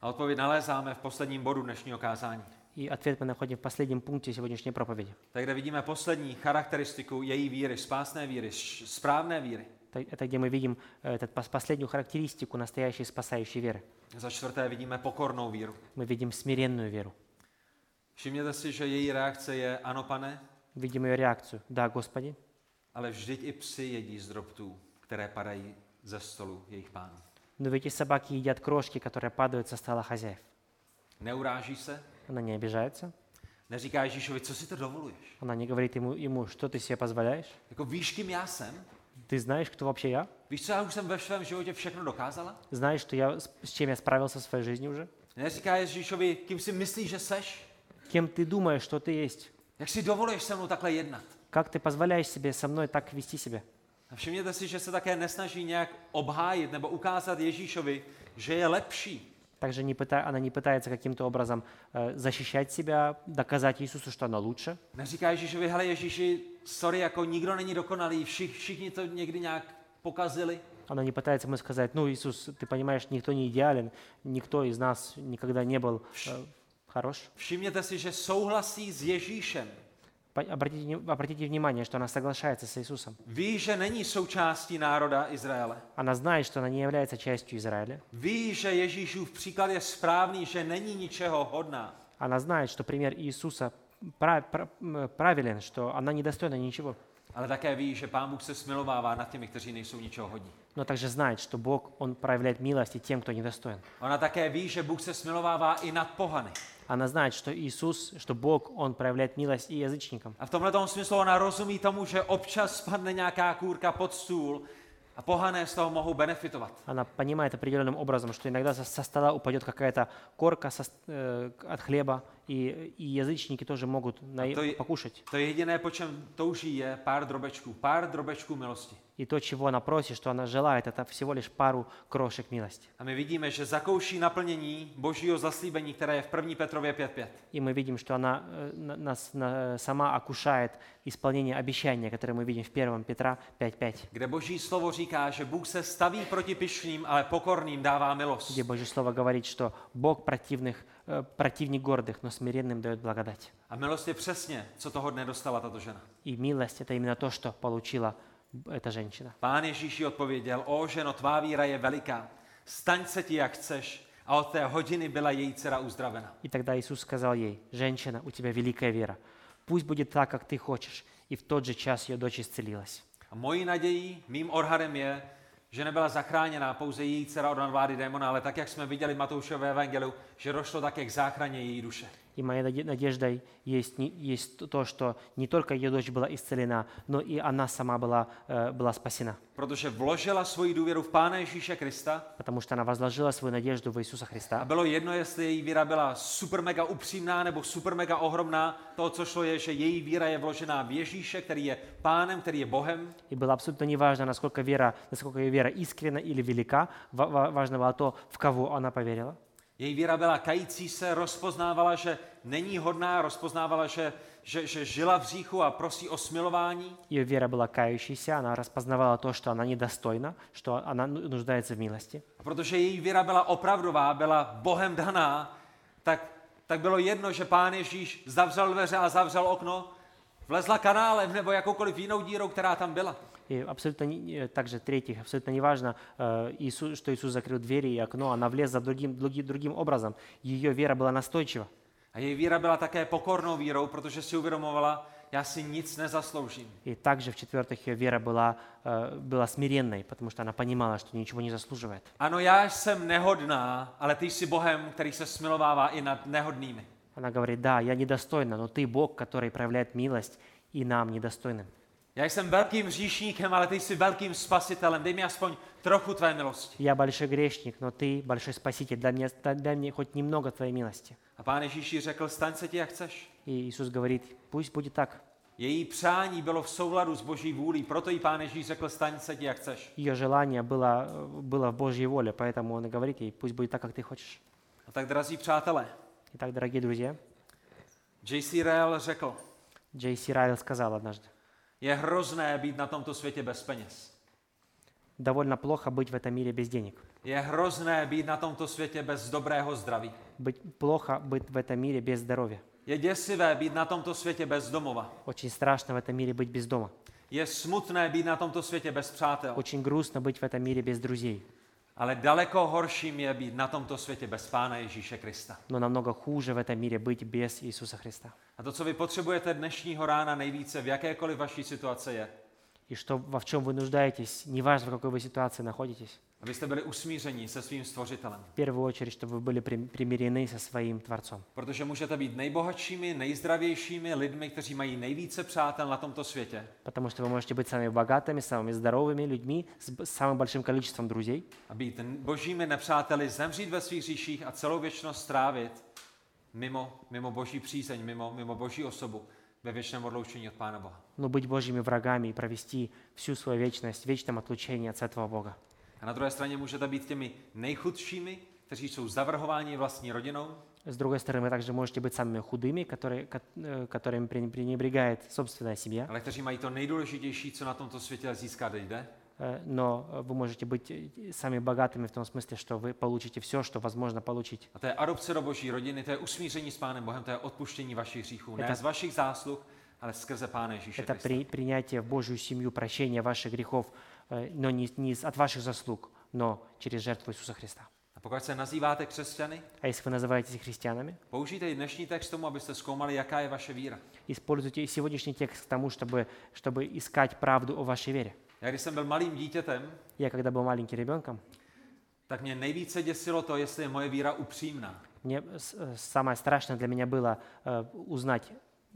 [SPEAKER 1] A odpověď nalézáme v posledním bodu dnešního kázání.
[SPEAKER 2] И ответ мы находим в последнем пункте сегодняшней проповеди.
[SPEAKER 1] Tak kde vidíme poslední charakteristiku její víry, spásné víry, š- správné víry.
[SPEAKER 2] Это- Это где мы видим э, этот, пос- последнюю характеристику настоящей спасающей веры.
[SPEAKER 1] Za čtvrté vidíme pokornou víru.
[SPEAKER 2] Мы видим смиренную веру.
[SPEAKER 1] Všimněte si, že její reakce je ano, pane,
[SPEAKER 2] Видим ее реакцию. Да, Господи,
[SPEAKER 1] ale vždyť i psy jedí z drobtů, které padají ze stolu jejich pánů.
[SPEAKER 2] но ведь и собаки едят крошки, которые падают со стола хозяев.
[SPEAKER 1] Neuráží se,
[SPEAKER 2] Она не обижается,
[SPEAKER 1] neříká Ježíšovi, co si to dovoluješ?
[SPEAKER 2] она не говорит ему, ему, что ты себе позволяешь,
[SPEAKER 1] Jako víš, kým já jsem?
[SPEAKER 2] ты знаешь, кто вообще я,
[SPEAKER 1] Víš, co já už jsem ve svém životě všechno dokázala?
[SPEAKER 2] знаешь, что я, с с чем я справился в своей жизни уже,
[SPEAKER 1] Neříká Ježíšovi, kým si myslíš, že seš?
[SPEAKER 2] кем ты думаешь, что ты есть,
[SPEAKER 1] Jak si dovoluješ se mnou takhle jednat?
[SPEAKER 2] как ты позволяешь себе со мной так вести себя.
[SPEAKER 1] A všimněte si, že se také nesnaží nějak obhájit nebo ukázat Ježíšovi, že je lepší.
[SPEAKER 2] Также не пыта- она не пытается каким-то образом э, защищать себя, доказать Иисусу, что она лучше.
[SPEAKER 1] Neříká Ježíšovi, hele Ježíši, sorry, jako nikdo není dokonalý, vši, všichni to někdy nějak pokazili.
[SPEAKER 2] Она не пытается ему сказать, ну, Иисус, ты понимаешь, никто не идеален, никто из нас никогда не был э, хорош.
[SPEAKER 1] Všimněte si, že souhlasí s Ježíšem.
[SPEAKER 2] По- Обратите, вни- обратите внимание, что она соглашается с Иисусом.
[SPEAKER 1] Ví, že není součástí národa Izraele.
[SPEAKER 2] Она знает, что она не является частью Израиля.
[SPEAKER 1] Ví, že Ježíšův příklad je správný, že není ničeho hodná.
[SPEAKER 2] Она знает, что пример Иисуса пра- пра- м, правилен, что она недостойна ничего.
[SPEAKER 1] Ale také ví, že Pán Bůh se smilovává nad těmi, kteří nejsou ničeho hodní.
[SPEAKER 2] Но также знает, что Бог, Он проявляет милость и тем, кто недостоин.
[SPEAKER 1] Ona také ví, že Bůh se smilovává i nad pohany.
[SPEAKER 2] Она знает, что Иисус, что Бог, Он проявляет милость и язычникам.
[SPEAKER 1] A v tomhle tom smyslu ona rozumí tomu, že občas spadne nějaká kůrka pod stůl a pohané z toho mohou benefitovat.
[SPEAKER 2] Она понимает определенным образом, что иногда со, со стола упадет какая-то корка со с- э, к- от хлеба, и, и язычники тоже могут на-
[SPEAKER 1] А то и-
[SPEAKER 2] покушать.
[SPEAKER 1] To jediné, po čem touží, je pár drobečků, pár drobečků milosti.
[SPEAKER 2] И то, чего она просит, что она желает, это всего лишь пару крошек милости.
[SPEAKER 1] A my vidíme, že zakouší naplnění božího zaslíbení, které je v 1. Petrově 5.5.
[SPEAKER 2] И мы видим, что она э, на- нас на- э, сама окушает исполнение обещания, которое мы видим в 1 Петра 5.5,
[SPEAKER 1] kde boží slovo říká, že Bůh se staví proti pišným, ale pokorným dává milost.
[SPEAKER 2] где Божье Слово говорит, что Бог противных, э, противник гордых, но смиренным дает благодать.
[SPEAKER 1] A milost je přesně, co toho dne dostala tato žena.
[SPEAKER 2] И милость – это именно то, что получила эта женщina.
[SPEAKER 1] Pán Ježíš jí odpověděl, o ženo, tvá víra je veliká, staň se ti, jak chceš. A od té hodiny byla její dcera uzdravena.
[SPEAKER 2] И тогда Иисус сказал ей, «Женщина, у тебя великая вера. Пусть будет так, как ты хочешь». И в тот же час ее дочь исцелилась.
[SPEAKER 1] A mojí nadějí, mým odhadem je, že nebyla zachráněná pouze její dcera od nadvlády démona, ale tak, jak jsme viděli v Matoušově evangeliu, že došlo také k záchraně její duše.
[SPEAKER 2] И моей наде- надеждой есть, не- есть то, что не только ее дочь была исцелена, но и она сама была, э, была спасена,
[SPEAKER 1] Protože vložila svoji důvěru v Pána Ježíše Krista
[SPEAKER 2] потому что она возложила свою надежду в Иисуса
[SPEAKER 1] A
[SPEAKER 2] Христа.
[SPEAKER 1] bylo jedno, jestli její víra byla super mega upřímná nebo super mega ohromná. To, co šlo, je, že její víra je vložená v Ježíše, který je pánem, který je Bohem.
[SPEAKER 2] И было абсолютно неважно, насколько, вера, насколько ее вера искренна или велика, ва- ва- важно было то, в кого она поверила.
[SPEAKER 1] Její víra byla kající se, rozpoznávala, že není hodná, rozpoznávala, že, že, že žila v říchu a prosí o smilování.
[SPEAKER 2] Ее вера была кающейся, она распознавала то, что она недостойна, что она ну- нуждается в милости.
[SPEAKER 1] A protože její víra byla opravdová, byla Bohem daná, tak, tak bylo jedno, že pán Ježíš zavřel dveře a zavřel okno, vlezla kanálem nebo jakoukoliv jinou dírou, která tam byla.
[SPEAKER 2] И абсолютно не- э, также третьих, абсолютно неважно, э, Иису- что Иисус закрыл двери и окно, она влезла другим, други- другим образом. Ее вера была настойчива.
[SPEAKER 1] A její víra byla také pokornou vírou, protože si uvědomovala, já si nic nezasloužím.
[SPEAKER 2] И также, в-четвертых, ее вера была, э, была смиренной, потому что она понимала, что ничего не заслуживает.
[SPEAKER 1] Ano, já jsem nehodná, ale ty jsi Bohem, který se smilovává i nad nehodnými.
[SPEAKER 2] Она говорит, да, я недостойна, но ты Бог, который проявляет милость и нам, недостойным.
[SPEAKER 1] Já jsem velkým říšníkem, ale ty jsi velkým spasitelem. Dej mi aspoň trochu tvé milosti.
[SPEAKER 2] Я большой грешник, но ты большой спаситель, дай мне, дай- дай мне хоть немного твоей милости.
[SPEAKER 1] A pán Ježíši řekl, staň se ti, jak chceš.
[SPEAKER 2] И Иисус говорит, пусть будет так.
[SPEAKER 1] Její přání bylo v souladu s boží vůlí, proto jí pán Ježíš řekl, staň se ti, jak chceš.
[SPEAKER 2] Ее желание было, э, было в Божьей воле, поэтому он и говорит ей, пусть будет так, как ты хочешь.
[SPEAKER 1] A tak, drazí přátelé,
[SPEAKER 2] Итак, дорогие друзья,
[SPEAKER 1] J.C. Ryle řekl,
[SPEAKER 2] Джей Си Райл сказал однажды,
[SPEAKER 1] je hrozné být na tomto světě bez peněz.
[SPEAKER 2] довольно плохо быть в этом мире без денег.
[SPEAKER 1] Je hrozné být na tomto světě bez dobrého zdraví.
[SPEAKER 2] Быть плохо быть в этом мире без здоровья.
[SPEAKER 1] Je děsivé být na tomto světě bez domova.
[SPEAKER 2] Очень страшно в этом мире быть без дома.
[SPEAKER 1] Je smutné být na tomto světě bez přátel.
[SPEAKER 2] Очень грустно быть в этом мире без друзей.
[SPEAKER 1] Ale daleko horším je být na tomto světě bez Pána Ježíše Krista.
[SPEAKER 2] Но намного хуже в этом мире быть без Иисуса Христа.
[SPEAKER 1] A to, co vy potřebujete dnešního rána nejvíce v jakékoliv vaší situaci, je,
[SPEAKER 2] И что, во в чем вы нуждаетесь, неважно, в какой вы ситуации находитесь,
[SPEAKER 1] abyste byli usmíření se svým Stvořitelem.
[SPEAKER 2] в первую очередь, чтобы вы были прим- примирены со своим Творцом.
[SPEAKER 1] Protože můžete být nejbohatšími, nejzdravějšími lidmi, kteří mají nejvíce přátel na tomto světě.
[SPEAKER 2] Потому что вы можете быть самыми богатыми, самыми здоровыми людьми, с б- с самым большим количеством друзей,
[SPEAKER 1] A být n- božími nepřáteli, zemřít ve svých říších a celou věčnost strávit mimo, mimo boží přízeň, mimo, mimo boží osobu ve věčném odloučení od Pána Boha.
[SPEAKER 2] но быть Божьими врагами и провести всю свою вечность в вечном отлучении от Святого Бога.
[SPEAKER 1] A na druhé straně můžete být těmi nejchudšími, kteří jsou zavrhováni vlastní rodinou,
[SPEAKER 2] С другой стороны, вы также можете быть самыми худыми, которые, ко- э, которыми прен- пренебрегает собственная семья,
[SPEAKER 1] ale kteří mají to nejdůležitější, co na tomto světě získat jde.
[SPEAKER 2] э, но э, вы можете быть э, самыми богатыми в том смысле, что вы получите все, что возможно получить.
[SPEAKER 1] A to je adopce do boží rodiny, to je usmíření s Pánem Bohem, to je odpuštění vašich hříchů.
[SPEAKER 2] Je to-
[SPEAKER 1] Ne z vašich zásluh, ale skrze Pána Ježíše
[SPEAKER 2] Это
[SPEAKER 1] Krista.
[SPEAKER 2] при- принятие в Божью семью, прощение ваших грехов, э, но не, не из- от ваших заслуг, но через жертву Иисуса Христа.
[SPEAKER 1] A pokud se nazýváte křesťany,
[SPEAKER 2] А если вы называетесь христианами,
[SPEAKER 1] použijte i dnešní text tomu, abyste zkoumali, jaká je vaše víra.
[SPEAKER 2] используйте и сегодняшний текст к тому, чтобы, чтобы искать правду о вашей вере.
[SPEAKER 1] Já když jsem byl malým dítětem,
[SPEAKER 2] Я, когда был маленьким ребенком,
[SPEAKER 1] tak mě nejvíce děsilo to, jestli je moje víra upřímná.
[SPEAKER 2] мне с- э, самое страшное для меня было э, узнать,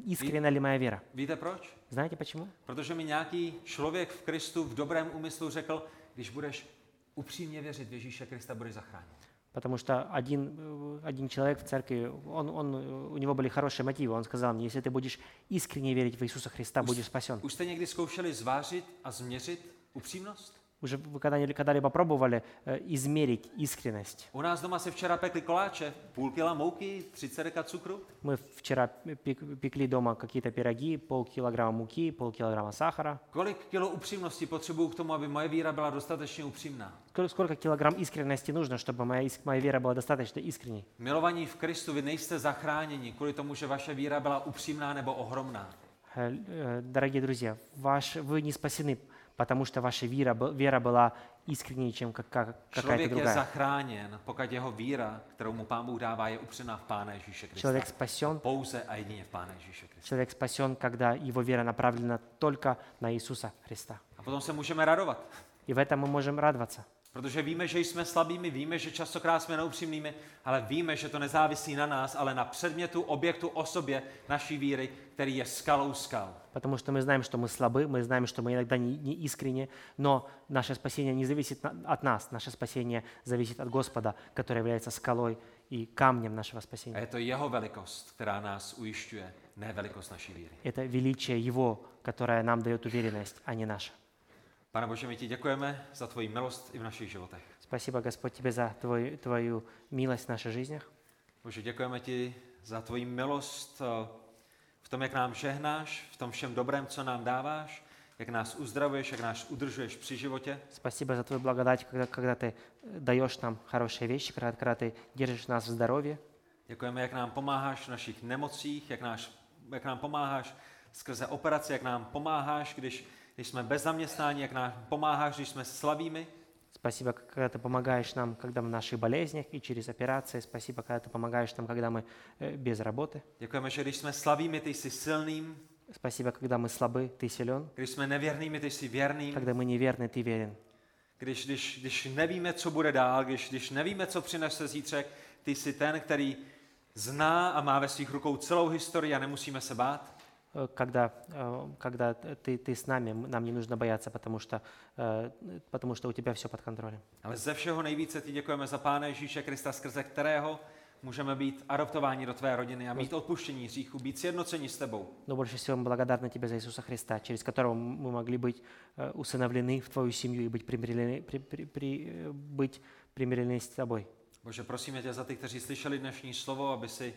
[SPEAKER 2] искренна ли моя вера.
[SPEAKER 1] Víte proč?
[SPEAKER 2] Знаете почему?
[SPEAKER 1] Protože mi nějaký člověk v Kristu v dobrém úmyslu řekl, když budeš upřímně věřit v Ježíše Krista, budeš zachráněn.
[SPEAKER 2] Потому что один, э, один человек в церкви, он, он, э, у него были хорошие мотивы. Он сказал мне, если ты будешь искренне верить в Иисуса Христа, будешь спасен.
[SPEAKER 1] Už jste někdy zkoušeli zvážit a změřit upřímnost?
[SPEAKER 2] Уже вы когда-нибудь когда-либо пробовали э, измерить искренность?
[SPEAKER 1] U nás doma se včera pekli koláče, půl kila mouky, 30 deka cukru.
[SPEAKER 2] Мы вчера пек- пекли дома какие-то пироги, полкилограмма муки, полкилограмма сахара.
[SPEAKER 1] Kolik kilo upřímnosti potřebuju k tomu, aby moje víra byla dostatečně upřímná?
[SPEAKER 2] Сколько- Сколько килограмм искренности нужно, чтобы моя, иск- моя вера была достаточно искренней?
[SPEAKER 1] Milovaní v Kristu, vy nejste zachráněni kvůli tomu, že vaše víra byla upřímná nebo ohromná.
[SPEAKER 2] Э, э, Дорогие друзья, ваш, вы не спасены, потому что ваша вера, бу- вера была искренней, чем как- как- какая-то
[SPEAKER 1] Člověk je
[SPEAKER 2] другая.
[SPEAKER 1] zachráněn, pokud jeho víra, kterou mu Pán Bůh dává, je upřená v Pána Ježíše Krista.
[SPEAKER 2] Человек спасен,
[SPEAKER 1] Pouze a jedině v Pána Ježíše Krista.
[SPEAKER 2] человек спасен, когда его вера направлена только на Иисуса Христа.
[SPEAKER 1] A potom se můžeme radovat,
[SPEAKER 2] И в этом мы можем радоваться.
[SPEAKER 1] protože víme, že jsme slabými, víme, že častokrát jsme neupřímnými, ale víme, že to nezávisí na nás, ale na předmětu, objektu, osobě naší víry, který je skalou skal.
[SPEAKER 2] Потому что мы знаем, что мы слабы, мы знаем, что мы иногда не, не искренне, но наше спасение не зависит на- от нас, наше спасение зависит от Господа, который является скалой и камнем нашего
[SPEAKER 1] A
[SPEAKER 2] спасения.
[SPEAKER 1] je to jeho velikost, která nás ujišťuje, ne velikost naší víry.
[SPEAKER 2] Это величие Его, которое нам дает уверенность, а не наша.
[SPEAKER 1] Pane Bože, my ti děkujeme za tvoji milost i v našich životech.
[SPEAKER 2] Спасибо, Господь, Тебе за твой- Твою милость в наших жизнях.
[SPEAKER 1] Bože, děkujeme ti za tvoji milost eh, v tom, jak nám žehnáš, v tom všem dobrém, co nám dáváš, jak nás uzdravuješ, jak nás udržuješ při životě.
[SPEAKER 2] Спасибо за Твою благодать, когда, когда Ты э, даешь нам хорошие вещи, когда, когда Ты держишь нас в здоровье.
[SPEAKER 1] Děkujeme, jak nám pomáháš v našich nemocích, jak, náš, jak nám pomáháš skrze operace, jak nám pomáháš, když když jsme bez zaměstnání, jak nám pomáháš, když jsme slabými.
[SPEAKER 2] Спасибо, когда ты помогаешь нам, когда мы в наших болезнях и через операции. Спасибо, когда ты помогаешь нам, когда мы э, без работы.
[SPEAKER 1] Děkujeme, že když jsme slabými, ty jsi silným,
[SPEAKER 2] Спасибо, когда мы слабы, ты силен.
[SPEAKER 1] když jsme nevěrnými, ty jsi věrným,
[SPEAKER 2] Когда мы неверны, ты верен.
[SPEAKER 1] když, když, když nevíme, co bude dál, když, když nevíme, co přinese zítřek, ty jsi ten, který zná a má ve svých rukou celou historii a nemusíme se bát.
[SPEAKER 2] Э, Когда, э, когда ты, ты с нами, м- нам не нужно бояться, потому что, э, потому что у тебя все под контролем.
[SPEAKER 1] Ale ze všeho nejvíce ti děkujeme za Pána Ježíše Krista, skrze kterého můžeme být adoptováni do tvé rodiny a mít odpuštění hříchů, být sjednoceni s tebou.
[SPEAKER 2] Но больше всего мы благодарны Тебе за Иисуса Христа, через Которого мы могли быть э, усыновлены в Твою семью и быть примирены, при- при- при- э, быть примирены с Тобой.
[SPEAKER 1] Bože, prosíme tě za ty, kteří slyšeli dnešní slovo, aby si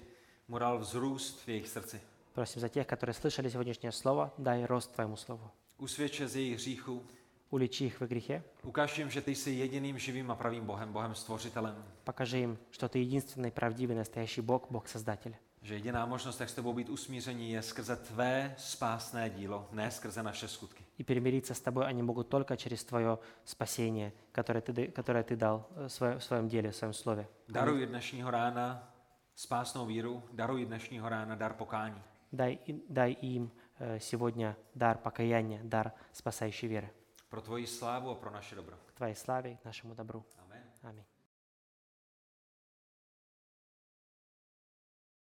[SPEAKER 1] mu dal vzrůst v jejich srdci.
[SPEAKER 2] Просим за тех, которые слышали сегодняшнее слово, дай рост Твоему слову.
[SPEAKER 1] Usvědče z jejich hříchů,
[SPEAKER 2] Улечи их в грехе,
[SPEAKER 1] ukaž jim, že ty jsi jediným živým a pravým Bohem, Bohem stvořitelem.
[SPEAKER 2] покажи им, что Ты единственный, правдивый, naстоящий Бог, Бог Создатель.
[SPEAKER 1] Že jediná možnost, jak s tebou být usmíření, je skrze tvé spásné dílo, ne skrze naše skutky.
[SPEAKER 2] И перемириться с Тобой они могут только через Твое спасение, которое Ты, ды- которое ты дал э, в своем, в своем деле, в своем слове.
[SPEAKER 1] Daruji dnešního rána spásnou víru, daruji dnešního rána dar pokání.
[SPEAKER 2] Дай, и- дай им э, сегодня дар покаяния, дар спасающей веры.
[SPEAKER 1] Pro tvoji slávu a pro naše dobro.
[SPEAKER 2] к Твоей славе и к нашему добру.
[SPEAKER 1] Amen.
[SPEAKER 2] Аминь.